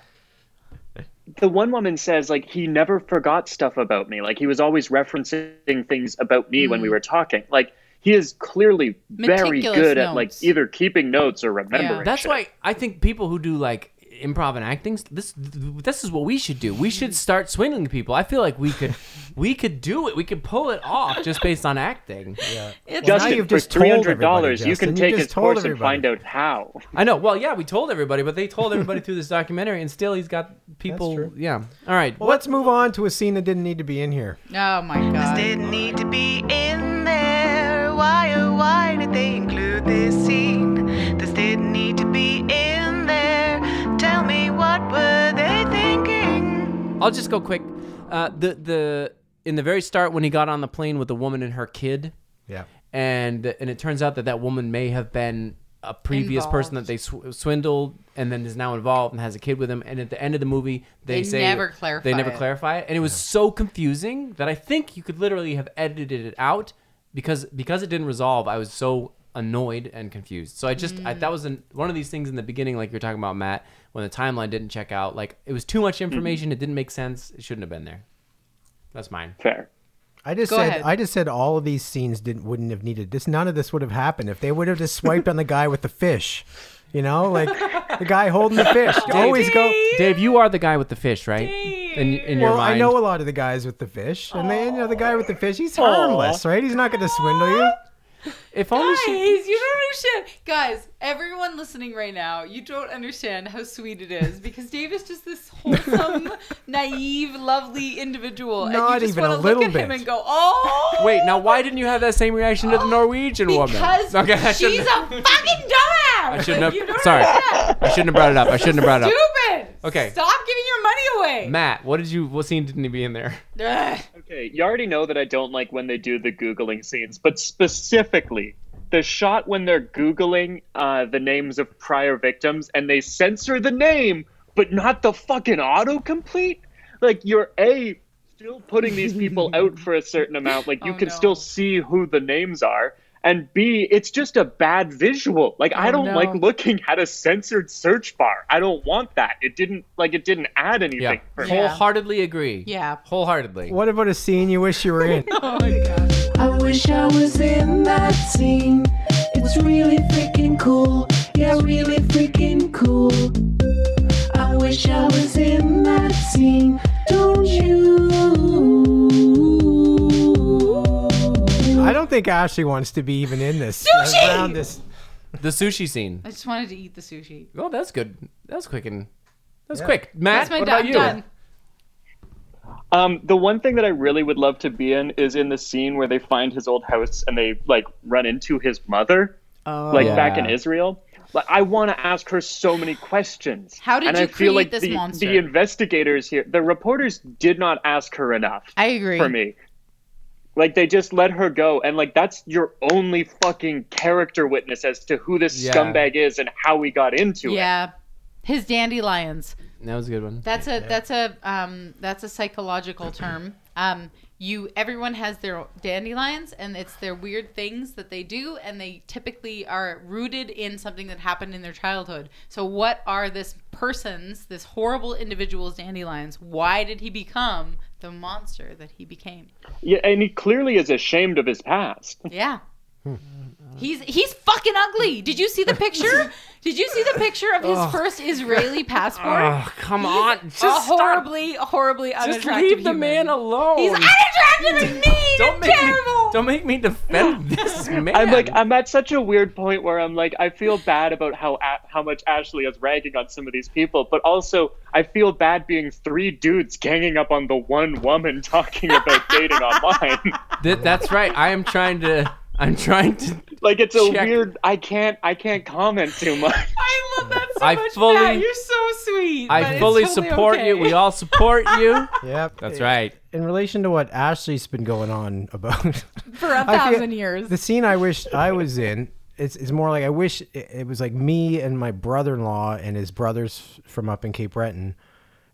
D: the one woman says like he never forgot stuff about me like he was always referencing things about me
A: Mm.
D: when we were talking like he is clearly very
C: Meticulous
D: good at like
C: notes.
D: either keeping notes or remembering
C: Yeah.
B: That's
D: shit.
B: why I think people who do like improv and acting this this is what we should do. We should start swindling people. I feel like we could we could do it. We could pull it off just based on acting. Yeah.
C: It's
A: Now
D: Justin,
A: you've
D: for
A: just told
D: three hundred dollars,
A: everybody,
D: you can
A: Justin. You
D: take
A: just
D: his
A: told
D: course and
A: everybody.
D: find out how.
B: I know. Well, yeah, we told everybody, but they told everybody through this documentary and still he's got people
A: true.
B: yeah. All right.
A: Well, let's move on to a scene that didn't need to be in here.
C: oh my god.
F: Didn't need to be in there. Why, oh, why did they include this scene? This didn't need to be in there. Tell me, what were they thinking?
B: I'll just go quick. Uh, the the in the very start when he got on the plane with the woman and her kid
A: Yeah.
B: and and it turns out that that woman may have been a previous person that they sw- swindled and then is now involved and has a kid with him and at the end of the movie they,
C: They
B: say
C: never clarify
B: they never
C: it.
B: clarify it and it was so confusing that i think you could literally have edited it out because because it didn't resolve i was so annoyed and confused so i just I, that was an, one of these things in the beginning like you're talking about matt when the timeline didn't check out like it was too much information it didn't make sense it shouldn't have been there that's mine
D: Fair.
A: I just
C: Go
A: said
C: ahead.
A: I just said all of these scenes didn't wouldn't have needed this. None of this would have happened if they would have just swiped on the guy with the fish, you know, like the guy holding the fish. Always go.
B: dave you are the guy with the fish right in, in your
A: Well,
B: mind
A: I know a lot of the guys with the fish, and they, you know, the guy with the fish, he's harmless, right? He's not going to swindle you.
B: if only
C: Guys,
B: she
C: you don't understand. Guys, everyone listening right now, you don't understand how sweet it is because Dave is just this wholesome, naive, lovely individual. and
A: Not
C: you just
A: even a
C: wanna look
A: little
C: at him
A: bit.
C: and go, oh.
B: Wait, now why didn't you have that same reaction to the Norwegian woman?
C: Because
B: Okay, I
C: she's
B: shouldn't,
C: a fucking dumbass.
B: I shouldn't
C: You
B: have.
C: don't
B: Sorry,
C: understand.
B: I shouldn't have brought it up. I shouldn't have brought it up.
C: Stupid.
B: Okay.
C: Stop giving your money away.
B: Matt, what did you? What scene didn't he be in there?
C: Ugh.
D: Okay, you already know that I don't like when they do the googling scenes, but specifically the shot when they're googling uh, the names of prior victims and they censor the name, but not the fucking autocomplete. Like you're a still putting these people out for a certain amount. Like you
C: Oh,
D: can
C: no.
D: still see who the names are. And B, it's just a bad visual. Like I
C: Oh,
D: don't
C: no.
D: like looking at a censored search bar. I don't want that. It didn't like it didn't add anything
B: Yeah,
D: for me.
B: wholeheartedly agree.
C: Yeah.
B: wholeheartedly.
A: What about a scene you wish you were in?
E: I wish I was in that scene. It's really freaking cool. Yeah, really freaking cool. I wish I was in that scene. Don't you?
A: I don't think Ashley wants to be even in this.
C: Sushi!
A: Around this.
B: The sushi scene.
C: I just wanted to eat the sushi.
B: Oh, that's good. That's quick and that's quick. Matt,
C: That's my
B: what
C: done.
B: about you?
C: done.
D: Um, the one thing that I really would love to be in is in the scene where they find his old house and they like run into his mother,
G: Oh.
D: like back in
B: Yeah.
D: Israel. Like I want to ask her so many questions.
C: How did
D: and
C: you
D: I feel
C: create
D: like
C: this
D: the,
C: monster?
D: The investigators here, the reporters, did not ask her enough
C: I agree.
D: for me. Like they just let her go, and like that's your only fucking character witness as to who this
B: Yeah.
D: scumbag is and how he got into it.
C: Yeah. His dandelions.
B: That was a good one.
C: That's a that's a um that's a psychological term. Um you everyone has their dandelions and it's their weird things that they do and they typically are rooted in something that happened in their childhood. So what are this person's this horrible individual's dandelions? Why did he become the monster that he became?
D: Yeah, and he clearly is ashamed of his past.
C: Yeah.
B: Hmm.
C: He's he's fucking ugly. Did you see the picture? Did you see the picture of his first Israeli passport?
B: Oh, come on. Just
C: a
B: stop.
C: horribly, horribly
B: Just
C: unattractive
B: leave the
C: human.
B: man alone.
C: He's unattractive and mean
B: don't
C: and
B: make
C: terrible.
B: me don't make me defend this man.
D: I'm like I'm at such a weird point where I'm like I feel bad about how a- how much Ashley is ragging on some of these people, but also I feel bad being three dudes ganging up on the one woman talking about dating online.
B: Th- that's right. I am trying to I'm trying to
D: Like it's a
B: Check.
D: weird I can't I can't comment too much.
C: I love that so
B: I
C: much.
B: fully-
C: Matt. You're so sweet. but
B: I
C: it's
B: fully
C: totally
B: support
C: okay.
B: you. We all support you.
A: Yep.
B: That's right.
A: In relation to what Ashley's been going on about,
C: for a
A: I feel-
C: thousand years.
A: the scene I wish I was in. It's, it's more like I wish it, it was like me and my brother-in-law and his brothers from up in Cape Breton.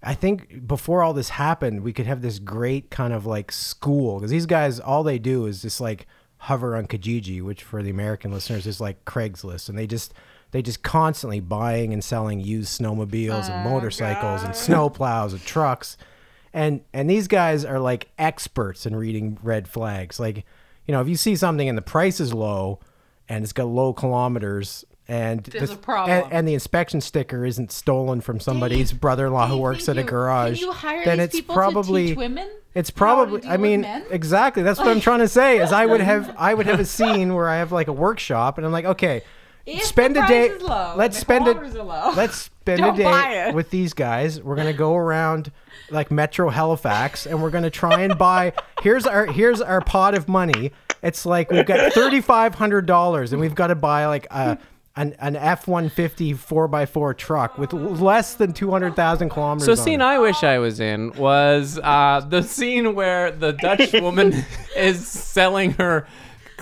A: I think before all this happened, we could have this great kind of like school because these guys all they do is just like hover on Kijiji, which for the American listeners is like Craigslist, and they just they just constantly buying and selling used snowmobiles
C: Oh,
A: and motorcycles and snow plows and trucks, and and these guys are like experts in reading red flags. Like you know if you see something and the price is low and it's got low kilometers. And
C: There's
A: the-
C: a problem.
A: And, and the inspection sticker isn't stolen from somebody's brother-in-law who
C: You
A: works at
C: think
A: a
C: you-
A: garage.
C: Can you hire
A: then
C: these
A: it's
C: people
A: probably
C: to teach women?
A: it's
C: how to
A: probably
C: deal
A: I
C: with
A: mean
C: men?
A: exactly that's what I'm
C: Like-
A: trying to say is I would have I would have a scene where I have like a workshop and I'm like okay
C: If the
A: spend a
C: price
A: day
C: is low and
A: let's
C: the
A: spend
C: kilometers
A: a
C: are low,
A: let's spend a
C: don't buy
A: day
C: it.
A: with these guys we're going to go around like Metro Halifax and we're going to try and buy here's our here's our pot of money it's like we've got $3500 and we've got to buy like a an, an F-150 4x4 truck with less than 200,000 kilometers
B: So
A: on
B: a scene
A: it.
B: I wish I was in was uh, the scene where the Dutch woman is selling her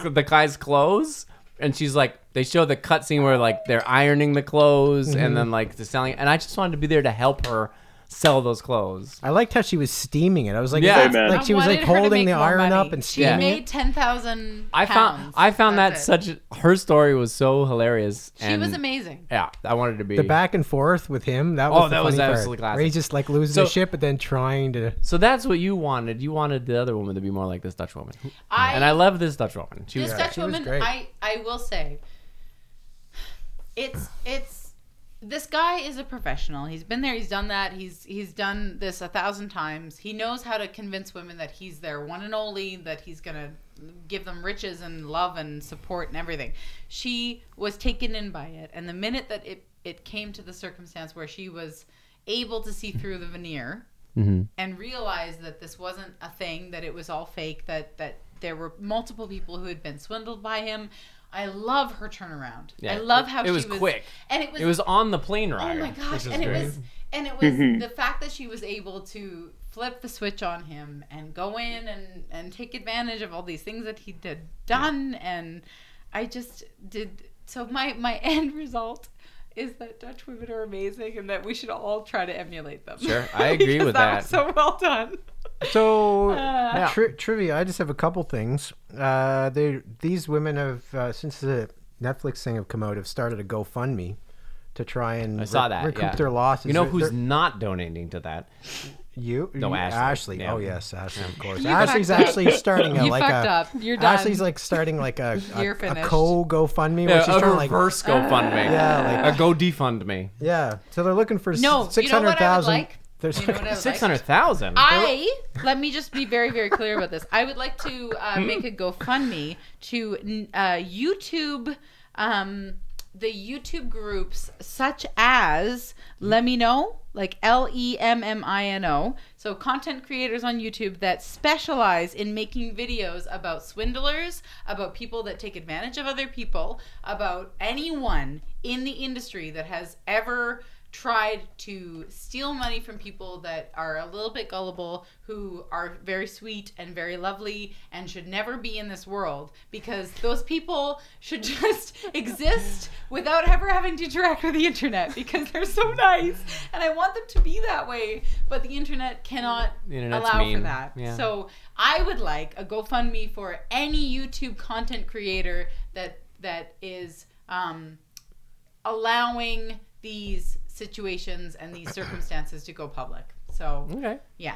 B: the guy's clothes, and she's like, they show the cut scene where like they're ironing the clothes and then like the selling, and I just wanted to be there to help her sell those clothes.
A: I liked how she was steaming it. I was like,
B: Yeah.
A: yeah,
D: Amen.
A: like she was
C: wanted
A: like
C: her to
A: holding
C: make
A: the
C: more
A: iron
C: money.
A: up and
C: she
A: steaming
C: made
A: it.
C: ten thousand.
B: I found I found that such her story was so hilarious.
C: She
B: and-
C: was amazing.
B: Yeah, I wanted to be
A: The back and forth with him. That
B: Oh,
A: was the
B: that was
A: funny part.
B: absolutely classic.
A: Where he's just like losing
B: So-
A: his shit, but then trying to.
B: So that's what you wanted. You wanted the other woman to be more like this Dutch woman,
C: I-
B: and I love this Dutch woman. She was
C: this Dutch
A: she was
C: woman,
A: great.
C: I I will say, it's it's this guy is a professional. He's been there. He's done that. He's he's done this a thousand times. He knows how to convince women that he's their one and only. That he's gonna give them riches and love and support and everything. She was taken in by it, and the minute that it it came to the circumstance where she was able to see through the veneer
B: Mm-hmm.
C: and realized that this wasn't a thing that it was all fake that that there were multiple people who had been swindled by him i love her turnaround i
B: Yeah,
C: love
B: it-
C: how
B: it
C: she
B: was quick.
C: and it was
B: It was on the plane
C: oh
B: ride.
C: my gosh
B: which is
C: and it
B: great.
C: was and it was the fact that she was able to flip the switch on him and go in and and take advantage of all these things that he had done and i just did so my my end result is that Dutch women are amazing and that we should all try to emulate them.
B: Sure, I agree with
C: Because was
B: that.
C: so well done.
A: So
C: Uh,
A: tri- trivia. I just have a couple things. Uh, they these women have uh, since the Netflix thing have come out have started a GoFundMe to try and
B: I saw that.
A: recoup
B: yeah.
A: their losses.
B: You know
A: They're-
B: who's
A: they're-
B: not donating to that?
A: you?
B: No,
A: you-
B: Ashley.
A: Ashley.
B: Yeah.
A: Oh yes, Ashley. Of course. Ashley's
C: fucked up.
A: actually starting a
C: You
A: like
C: fucked
A: a.
C: up. You're done.
A: Ashley's like starting like a, a,
C: You're
A: a
C: finished.
A: co GoFundMe where
B: Yeah,
A: she's
B: a
A: trying to like Ah.
B: reverse GoFundMe.
A: Yeah, like-
B: a Go defund me.
A: Yeah, so they're looking for
C: No,
A: six
C: you know
A: hundred
C: what I would
A: thousand.
C: like?
A: There's
C: You know what I would like?
B: Six hundred thousand.
C: I let me just be very, very clear about this. I would like to uh, make a GoFundMe to uh, YouTube um, the YouTube groups such as Let Me Know, like L E M M I N O. So, content creators on YouTube that specialize in making videos about swindlers, about people that take advantage of other people, about anyone in the industry that has ever tried to steal money from people that are a little bit gullible, who are very sweet and very lovely and should never be in this world because those people should just exist without ever having to interact with the internet because they're so nice and I want them to be that way, but the internet cannot
B: The internet's
C: allow for
B: mean.
C: that.
B: Yeah.
C: So I would like a GoFundMe for any YouTube content creator that that is um, allowing these situations and these circumstances to go public. So
B: Okay.
C: yeah,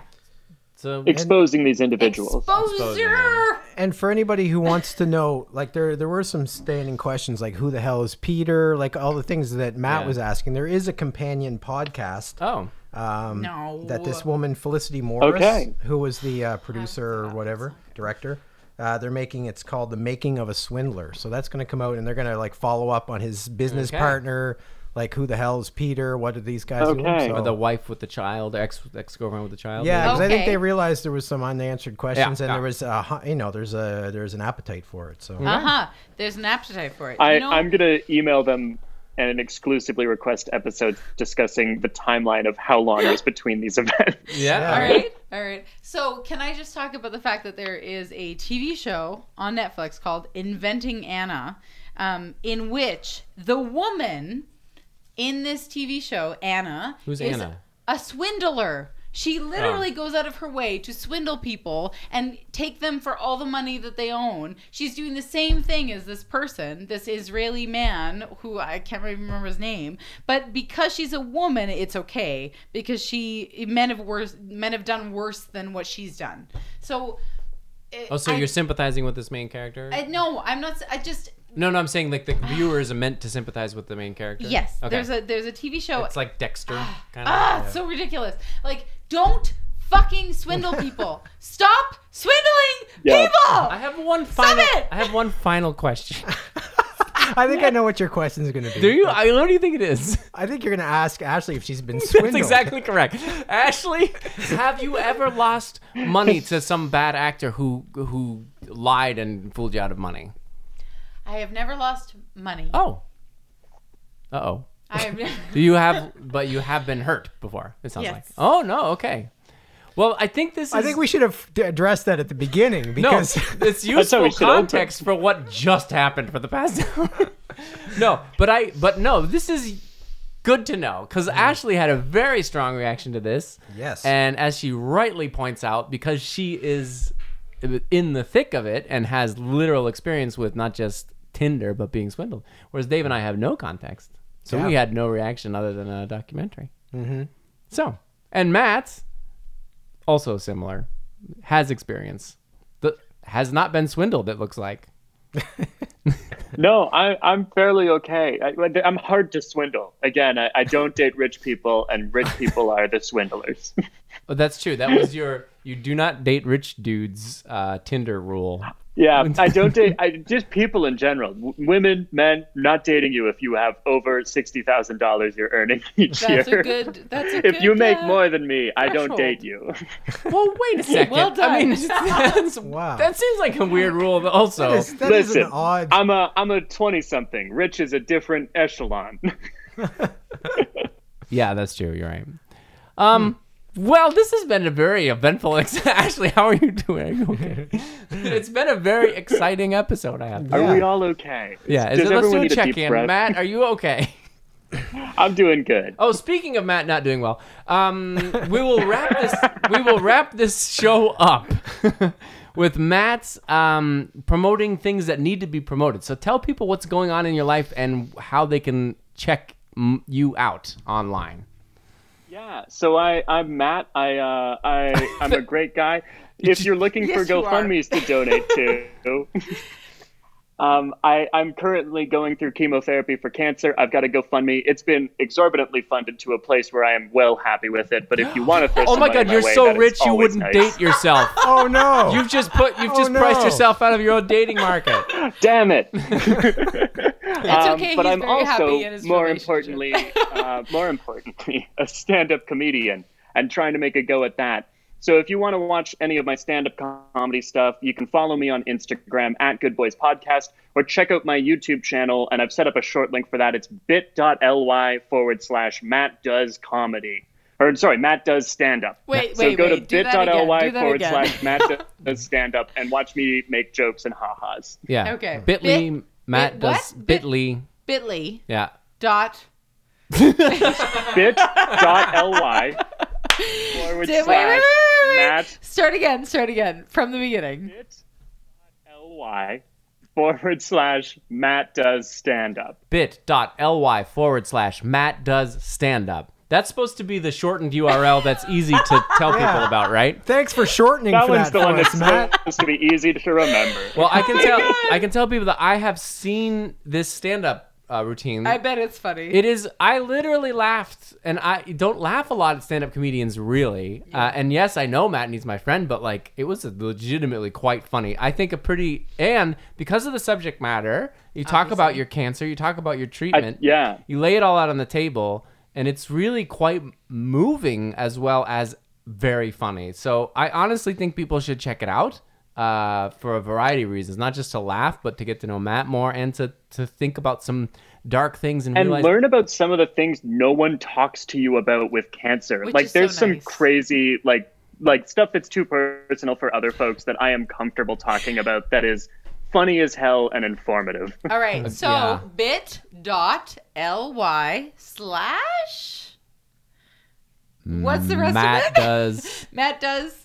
B: So
D: exposing these individuals.
C: exposure.
A: And for anybody who wants to know, like there there were some standing questions like who the hell is Peter? Like all the things that Matt
B: Yeah.
A: was asking. There is a companion podcast
B: oh,
A: um,
C: No.
A: that this woman Felicity Morris,
D: Okay.
A: who was the uh, producer or whatever director, uh, they're making. It's called "The Making of a Swindler." So that's going to come out, and they're going to like follow up on his business
B: Okay.
A: partner, like who the hell is Peter? What did these guys
D: Okay.
A: do?
B: or
A: So,
B: the wife with the child, ex ex girlfriend with the child.
A: Oh. yeah, because I think
C: Okay.
A: they realized there was some unanswered questions, and
B: yeah.
A: there was a hu- you know there's a there's an appetite for it. So
C: Uh huh. There's an appetite for it.
D: I,
C: you know,
D: I'm gonna email them and exclusively request episodes discussing the timeline of how long is between these events.
B: Yeah.
C: all right, all right. So can I just talk about the fact that there is a TV show on Netflix called Inventing Anna, um, in which the woman in this TV show, Anna,
B: Who's
C: is
B: Anna?
C: a swindler. She
B: Oh.
C: literally goes out of her way to swindle people and take them for all the money that they own. She's doing the same thing as this person, this Israeli man who I can't even remember his name. But because she's a woman, it's okay because she men have worse men have done worse than what she's done. So, it-
B: Oh, so
C: I-
B: you're sympathizing with this main character?
C: I, no, I'm not. I just
B: no, no, I'm saying like the viewers are meant to sympathize with the main character.
C: yes.
B: Okay.
C: There's a there's a TV show.
B: It's like Dexter, kind of.
C: Ah, it's so ridiculous. Like, don't fucking swindle people. Stop swindling
D: Yeah.
C: people.
B: I have one final.
C: it!
B: I have one final question.
A: I think I know what your question is going to be.
B: Do you? I, what do you think it is?
A: I think you're going to ask Ashley if she's been swindled.
B: That's exactly correct. Ashley, have you ever lost money to some bad actor who who lied and fooled you out of money?
C: I have never lost money.
B: Oh. Uh oh.
C: I have never.
B: Do you have? But you have been hurt before. It sounds like.
C: Yes.
B: Oh no. Okay. Well, I think this. Is,
A: I think we should have d- addressed that at the beginning
B: No,
A: because
B: it's
D: how
B: useful
D: we should open.
B: context for what just happened for the past hour. no, but I, but no, this is good to know because Ashley had a very strong reaction to this.
A: Mm. Yes.
B: and as she rightly points out, because she is in the thick of it and has literal experience with not just Tinder but being swindled, whereas Dave and I have no context, so we
A: Yeah.
B: had no reaction other than a documentary. Mm-hmm. So, and Matt, also similar, has experience that has not been swindled. It looks like.
D: No, I, I'm fairly okay. I, I'm hard to swindle. Again, I, I don't date rich people, and rich people are the swindlers.
B: Oh, that's true. That was your you do not date rich dudes uh, Tinder rule.
D: yeah, I don't date. I just people in general, w- women, men, not dating you if you have over sixty thousand dollars you're earning each year.
C: That's a good. That's a
D: if
C: good,
D: you make
C: uh,
D: more than me, I don't
B: threshold.
D: date you.
B: Well, wait a second.
C: Well done.
B: I mean, that's,
A: Wow.
B: that seems like a weird rule. But also,
A: that is that is
D: Listen,
A: an odd.
D: I'm a I'm a twenty something. Rich is a different echelon.
B: yeah, that's true. You're right. Um. Well, this has been a very eventful. Ex- Ashley, how are you doing? Okay. it's been a very exciting episode. I have. To.
D: Are we all okay?
B: Yeah.
D: Does
B: Is it, let's do
D: everyone
B: a
D: need a deep
B: check in.
D: breath?
B: Matt, are you okay?
D: I'm doing good.
B: Oh, speaking of Matt not doing well, um, we will wrap this. we will wrap this show up with Matt's um, promoting things that need to be promoted. So tell people what's going on in your life and how they can check mm, you out online.
D: Yeah, so I, I'm Matt. I, uh, I, I'm a great guy. If you're looking for
C: Yes, you are.
D: GoFundMe's to donate to, um, I, I'm currently going through chemotherapy for cancer. I've got a GoFundMe. It's been exorbitantly funded to a place where I am well happy with it. But if you want to throw
B: Oh
D: some
B: my
D: money
B: God, you're
D: way,
B: so
D: that is
B: rich you
D: always
B: wouldn't
D: nice.
B: date yourself.
A: oh no!
B: You've just put. You've just
A: no.
B: priced yourself out of your own dating market.
D: Damn it!
C: That's okay.
D: Um, but
C: He's
D: I'm
C: very
D: also
C: happy in his
D: more
C: relationship.
D: importantly, uh, more importantly, a stand-up comedian and trying to make a go at that. So if you want to watch any of my stand-up comedy stuff, you can follow me on Instagram at Good Boys Podcast or check out my YouTube channel. And I've set up a short link for that. It's bit.ly forward slash Matt Does Comedy. Or sorry, Matt Does Stand Up.
C: Wait,
D: so
C: wait,
D: go to
C: wait. Do that again.
D: bit.ly
C: Do that
D: forward
C: again.
D: slash Matt Does Stand Up and watch me make jokes and ha-has.
B: Yeah.
C: Okay.
B: Bitly.
C: Bit-
B: Matt
C: bit-
B: does
C: what? Bit-
B: Bitly.
C: Bitly
B: Yeah.
C: dot.
D: bit.ly forward
C: Wait, wait, wait,
D: slash
C: wait, wait, wait.
D: Matt
C: Start again. Start again from the beginning.
D: bit.ly forward slash Matt does stand up.
B: bit.ly forward slash Matt does stand up. That's supposed to be the shortened URL that's easy to tell people about, right?
A: Thanks for shortening
D: That
A: for
D: one's
A: that
D: the one
A: for us,
D: that's
A: Matt.
D: supposed to be easy to remember.
B: Well, I can tell I can tell people that I have seen this stand up uh, routine.
C: I bet it's funny.
B: It is. I literally laughed, and I don't laugh a lot at stand-up comedians, really. Uh, and yes, I know Matt and he's my friend, but like, it was legitimately quite funny. I think a pretty and because of the subject matter, you talk about your cancer, you talk about your treatment,
D: yeah.
B: you lay it all out on the table, and it's really quite moving as well as very funny. So I honestly think people should check it out. Uh, for a variety of reasons, not just to laugh, but to get to know Matt more and to, to think about some dark things and,
D: And
B: realize
D: learn about some of the things no one talks to you about with cancer.
C: Which
D: like
C: is so
D: there's some
C: nice.
D: crazy like like stuff that's too personal for other folks that I am comfortable talking about that is funny as hell and informative.
C: All right. So
B: yeah.
C: bit dot ly slash. What's the rest
B: Matt
C: of it?
B: does
C: Matt does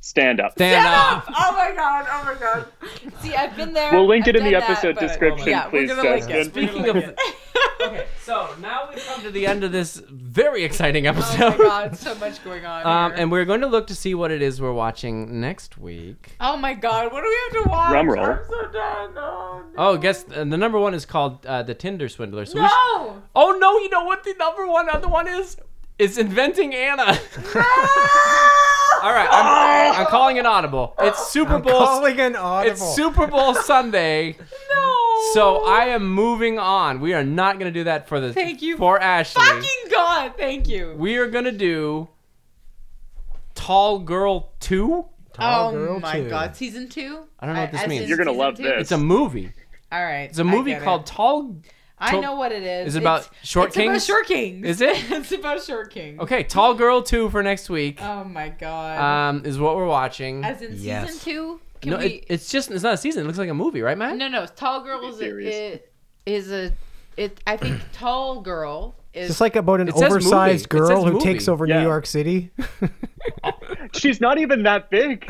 D: Stand up.
B: stand up.
C: Oh my god! Oh my god! See, I've been there.
D: We'll link
C: I've
D: it in the
C: done that,
D: episode
C: but-
D: description,
C: yeah,
D: please,
C: We're gonna link
D: Justin.
C: it. We're
B: Speaking
C: gonna
B: of,
C: link it.
B: okay, so now we've come to the end of this very exciting
C: Oh
B: episode.
C: my god! So much going on.
B: Um,
C: here.
B: and we're going to look to see what it is we're watching next week.
C: oh my god! What do we have to watch?
D: Drum roll.
C: I'm so done. Oh no.
B: Oh, guess uh, the number one is called uh, the Tinder Swindler. So we sh-
C: No!
B: oh no, you know what the number one other one is? It's inventing Anna. All right, I'm, I'm calling it audible. It's Super
A: I'm
B: Bowl.
A: calling an audible.
B: It's Super Bowl Sunday.
C: No.
B: So I am moving on. We are not going to do that for the
C: Thank you
B: for Ashley.
C: Fucking god! Thank you.
B: We are going to do Tall Girl 2.
A: Tall
C: oh
A: Girl
C: my
A: Two.
C: god! Season two.
B: I don't know what this
C: as
B: means.
C: in
B: You're
D: gonna
C: season
D: love
C: two?
D: this.
B: It's a movie.
C: All right.
B: It's a movie
C: I get
B: called
C: It.
B: Tall
C: I know what it is.
B: Is it about
C: it's,
B: short
C: it's
B: kings?
C: It's about short kings.
B: Is it?
C: it's about short kings.
B: Okay, Tall Girl 2 for next week.
C: Oh my god!
B: Um, is what we're watching.
C: as in
A: yes.
C: season two. Can
B: No,
C: we...
B: it, it's just it's not a season. It looks like a movie, right, Matt?
C: No, no. Tall girl is a,
D: Series.
C: it, is a it. I think tall girl is
A: It's like about an
B: It says movie.
A: oversized
B: It says
A: girl who
B: movie.
A: takes over
D: Yeah.
A: New York City.
D: She's not even that big.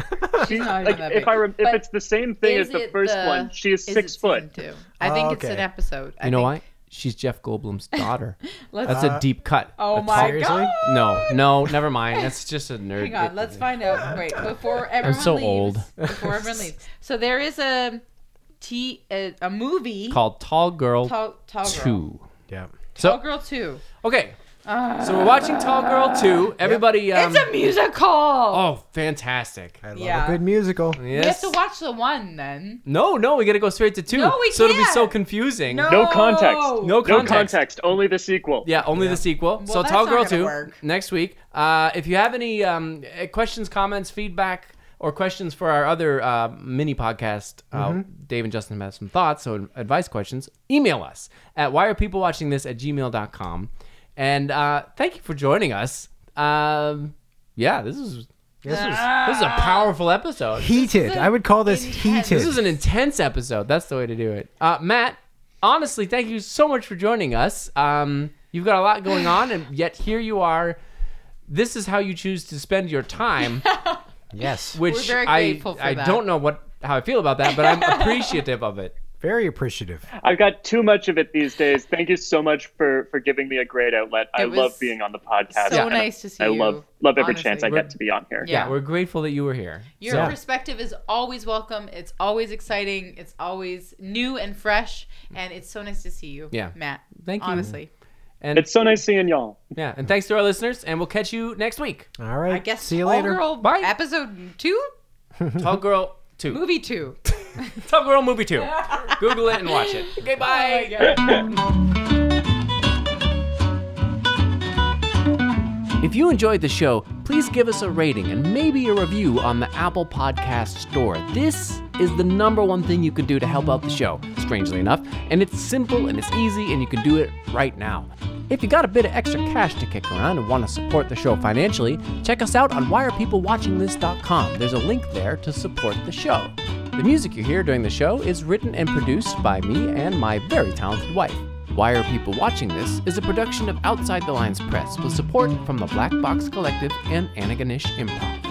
D: She's
C: not even
D: like,
C: that
D: if
C: big.
D: I rem- if
C: But
D: it's the same thing
C: is
D: as the
C: it
D: first
C: the-
D: one, she is,
C: is it
D: six
C: season
D: foot.
C: Two. I think
A: Oh,
C: it's an
A: okay.
C: episode. I
B: You know
C: think.
B: why? She's Jeff Goldblum's daughter.
C: Let's,
B: That's a deep cut.
C: oh
B: That's-
C: my
A: Seriously?
C: god!
B: No, no, never mind. That's just a nerd.
C: Hang on, oh let's find out. Wait, before everyone
B: so
C: leaves,
B: old.
C: Before everyone leaves, so there is a t a, a movie
B: called Tall Girl
C: Tall, tall Girl.
B: 2.
A: yeah.
B: So
C: Tall Girl Two.
B: Okay. so we're watching Tall Girl 2. Everybody um,
C: It's a musical.
B: Oh, fantastic.
A: I love
C: Yeah.
A: a good musical.
C: We have
B: Yes.
C: to watch the one then.
B: No, no, we got to go straight to 2.
C: No, we
B: so it'll be
C: can't.
B: so confusing.
D: No context.
B: No
D: No
B: context.
D: context, only the sequel.
B: Yeah, only the sequel. so
C: that's
B: Tall
C: not
B: Girl
C: gonna
B: 2
C: work.
B: next week. Uh, if you have any um, eh, questions, comments, feedback, or questions for our other uh, mini podcast, uh, Dave and Justin have some thoughts, so advice questions, email us at why are people watching this at gmail.com. And uh, thank you for joining us. Um, yeah, this is
A: This is
B: this
C: Uh,
B: is a powerful episode.
A: heated. I would call this
C: intense.
A: heated.
B: This is an intense episode. That's the way to do it. Uh, Matt, honestly, thank you so much for joining us. Um, you've got a lot going on, and yet here you are. This is how you choose to spend your time,
A: yes.
B: which
C: very
B: I
C: grateful for
B: I
C: that.
B: don't know what how I feel about that, but I'm appreciative of it.
A: Very appreciative.
D: I've got too much of it these days. Thank you so much for for giving me a great outlet. I
C: It was
D: love being on the podcast.
C: so
D: and
C: nice to see
D: I
C: you,
D: love love every
C: honestly.
D: chance I
B: We're-
D: get to be on here.
C: Yeah.
B: We're grateful that you were here.
C: Your
A: So-
C: perspective is always welcome. It's always exciting. It's always new and fresh. And it's so nice to see you,
B: Yeah.
C: Matt.
B: Thank you.
C: Honestly,
B: And
D: It's so nice seeing y'all.
B: yeah, and thanks to our listeners, and we'll catch you next week.
A: All right.
C: I guess
A: See you
C: Tall
A: later.
C: Girl
B: Bye.
C: episode two,
B: Tall girl two.
C: movie two.
B: Top Girl Movie 2. Google it and watch it. Okay, bye. If you enjoyed the show, please give us a rating and maybe a review on the Apple Podcast Store. This is the number one thing you can do to help out the show, strangely enough, and it's simple and it's easy and you can do it right now. If you got a bit of extra cash to kick around and want to support the show financially, check us out on whyarepeoplewatchingthis.com. There's a link there to support the show. The music you hear during the show is written and produced by me and my very talented wife. Why Are People Watching This is a production of Outside the Lines Press with support from the Black Box Collective and Anaganish Improv.